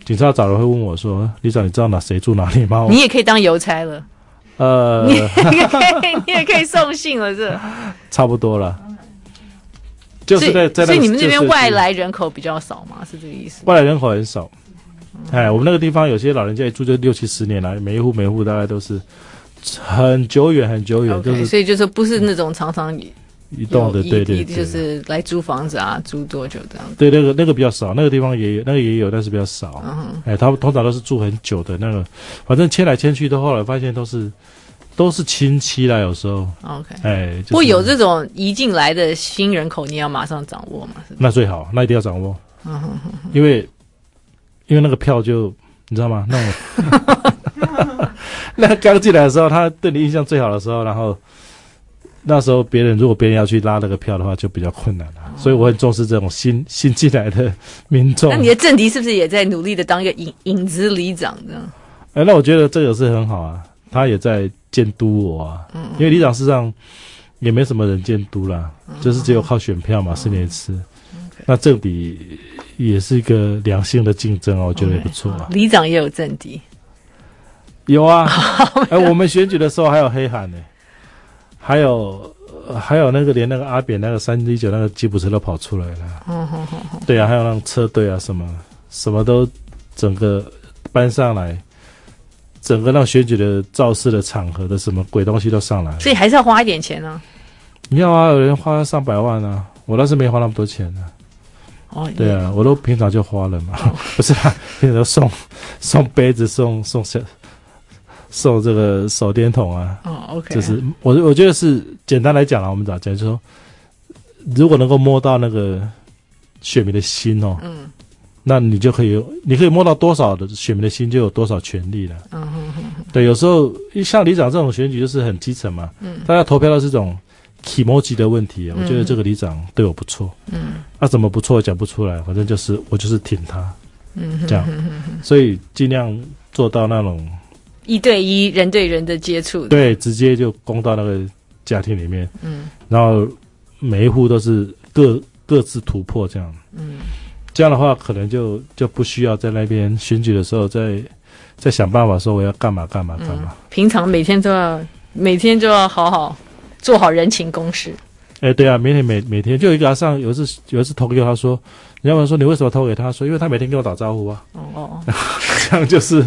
S3: 警察找人会问我说：“李长，你知道哪谁住哪里吗？”
S1: 你也可以当邮差 了，
S3: 呃，
S1: 你也可以你也可以送信了，是吧。
S3: 差不多了，就是在在
S1: 所以所
S3: 那个
S1: 以你们那
S3: 社
S1: 边
S3: 区
S1: 外来人口比较少嘛，是这个意思？
S3: 外来人口很少。哎，我们那个地方有些老人家一住就六七十年了，每一户每一户大概都是很久远很久远，就
S1: OK，
S3: 是
S1: 所以就是不是那种常常
S3: 一栋的，
S1: 有
S3: 对对
S1: 异地就
S3: 对。
S1: 是来租房子啊，租多久这样子？
S3: 对，那个那个比较少，那个地方也有，那个也有，但是比较少。
S1: 哦嗯
S3: 哎，他们通常都是住很久的那个，反正迁来迁去，都后来发现都是都是亲戚啦，有时候，
S1: OK，
S3: 哎，就是
S1: 不过有这种移进来的新人口，你要马上掌握嘛，是吧
S3: 那最好，那一定要掌握，
S1: 嗯
S3: 因为因为那个票就你知道吗？那种 那刚进来的时候，他对你印象最好的时候，然后那时候别人如果别人要去拉那个票的话，就比较困难了。所以我很重视这种新新进来的民众。
S1: 哦那你的政敌是不是也在努力的当一个影影子里长这样？
S3: 哎，那我觉得这个是很好啊，他也在监督我啊，因为里长事实上也没什么人监督啦，就是只有靠选票嘛，四年一次。那这比也是一个良性的竞争哦，我觉得也不错啊。
S1: 里长也有政敌，
S3: 有啊，哎，我们选举的时候还有黑喊呢、还有呃还有那个连那个阿扁那个三一九那个吉普车都跑出来了。
S1: 嗯哼哼哼，
S3: 对啊，还有那种车队啊什么什么都整个搬上来，整个让选举的造势的场合的什么鬼东西都上来了。
S1: 所以还是要花一点钱呢、
S3: 你要啊，有人花上百万啊，我倒是没花那么多钱呢、啊
S1: 哦，
S3: 对啊，我都平常就花了嘛， 不是啦，平常都送送杯子，送送小送这个手电筒啊，
S1: 你，哦，OK，
S3: 就是我我觉得是简单来讲啦，我们讲讲就是说，如果能够摸到那个选民的心哦，
S1: 嗯
S3: 那你就可以有，你可以摸到多少的选民的心，就有多少权利了。
S1: 嗯哼哼，
S3: 对，有时候像里长这种选举就是很基层嘛，
S1: 嗯
S3: 大家投票的是一种 emoji 的问题，啊我觉得这个里长对我不错，
S1: 嗯
S3: 那、怎么不错讲不出来，反正就是我就是挺他
S1: 嗯哼，
S3: 这样，所以尽量做到那种
S1: 一对一人对人的接触，，
S3: 对，直接就攻到那个家庭里面，
S1: 嗯
S3: 然后每一户都是各各自突破这样。
S1: 嗯，
S3: 这样的话，可能就就不需要在那边选举的时候再再想办法说我要干嘛干嘛干嘛。
S1: 平常每天都要每天就要好好做好人情公事，
S3: 哎、对啊，每天每每天就有一个阿上有一次有一次投给我，他说，人家问说你为什么投给他？他说因为他每天跟我打招呼啊，
S1: 哦哦，
S3: 这样就是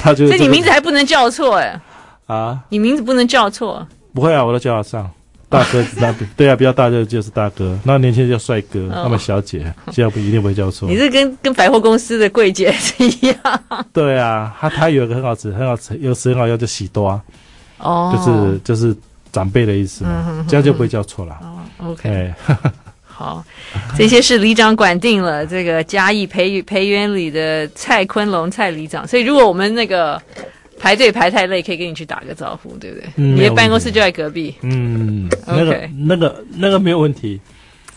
S3: 他就是、
S1: 所以
S3: 这个
S1: 你名字还不能叫错哎，
S3: 啊，
S1: 你名字不能叫错，
S3: 不会啊，我都叫阿上。大哥，那 对啊，比较大就就是大哥，那年轻人叫帅哥，
S1: 哦
S3: 那么小姐，这样不一定不会叫错
S1: 你。这跟跟百货公司的柜姐是一样，
S3: 对啊，他他有一个很好吃，很好吃，又吃很好用，就喜多啊，
S1: 哦，嗯
S3: 就是就是长辈的意思嘛，这样就不会叫错了。
S1: OK，
S3: 哎，
S1: 好，这些是里长管定了。这个嘉义培育培园里的蔡坤龙蔡里长，所以如果我们那个排队排太累，可以跟你去打个招呼，对不对？你
S3: 嗯没
S1: 的
S3: 有
S1: 办公
S3: 问题
S1: 室就在隔壁，
S3: 嗯，那个
S1: OK 哦
S3: 那个那个没有问题，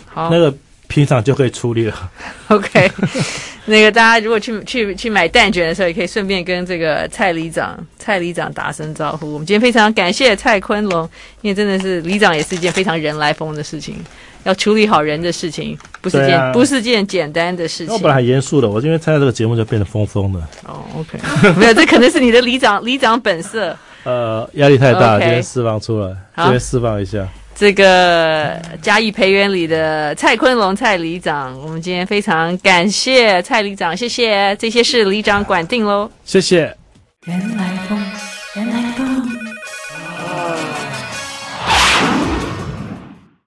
S1: 好
S3: 那个平常就可以处理了。
S1: ，OK。那个大家如果去去去买蛋卷的时候，也可以顺便跟这个蔡里长、蔡里长打声招呼。我们今天非常感谢蔡坤龙，因为真的是里长也是一件非常人来疯的事情，要处理好人的事情，不是
S3: 对
S1: 件、
S3: 啊
S1: 不是件简单的事
S3: 那我
S1: 情
S3: 本。来很严肃的，我因为参加这个节目就变得疯疯的，
S1: 哦，OK，没有， 这可能是你的里长里长本色。
S3: 呃，压力太大
S1: OK
S3: 今天释放出来，
S1: 好
S3: 今天释放一下。
S1: 这个嘉义培元里的蔡坤龙蔡里长，我们今天非常感谢蔡里长，谢谢，这些事里长管定喽。
S3: 谢谢。
S5: 原来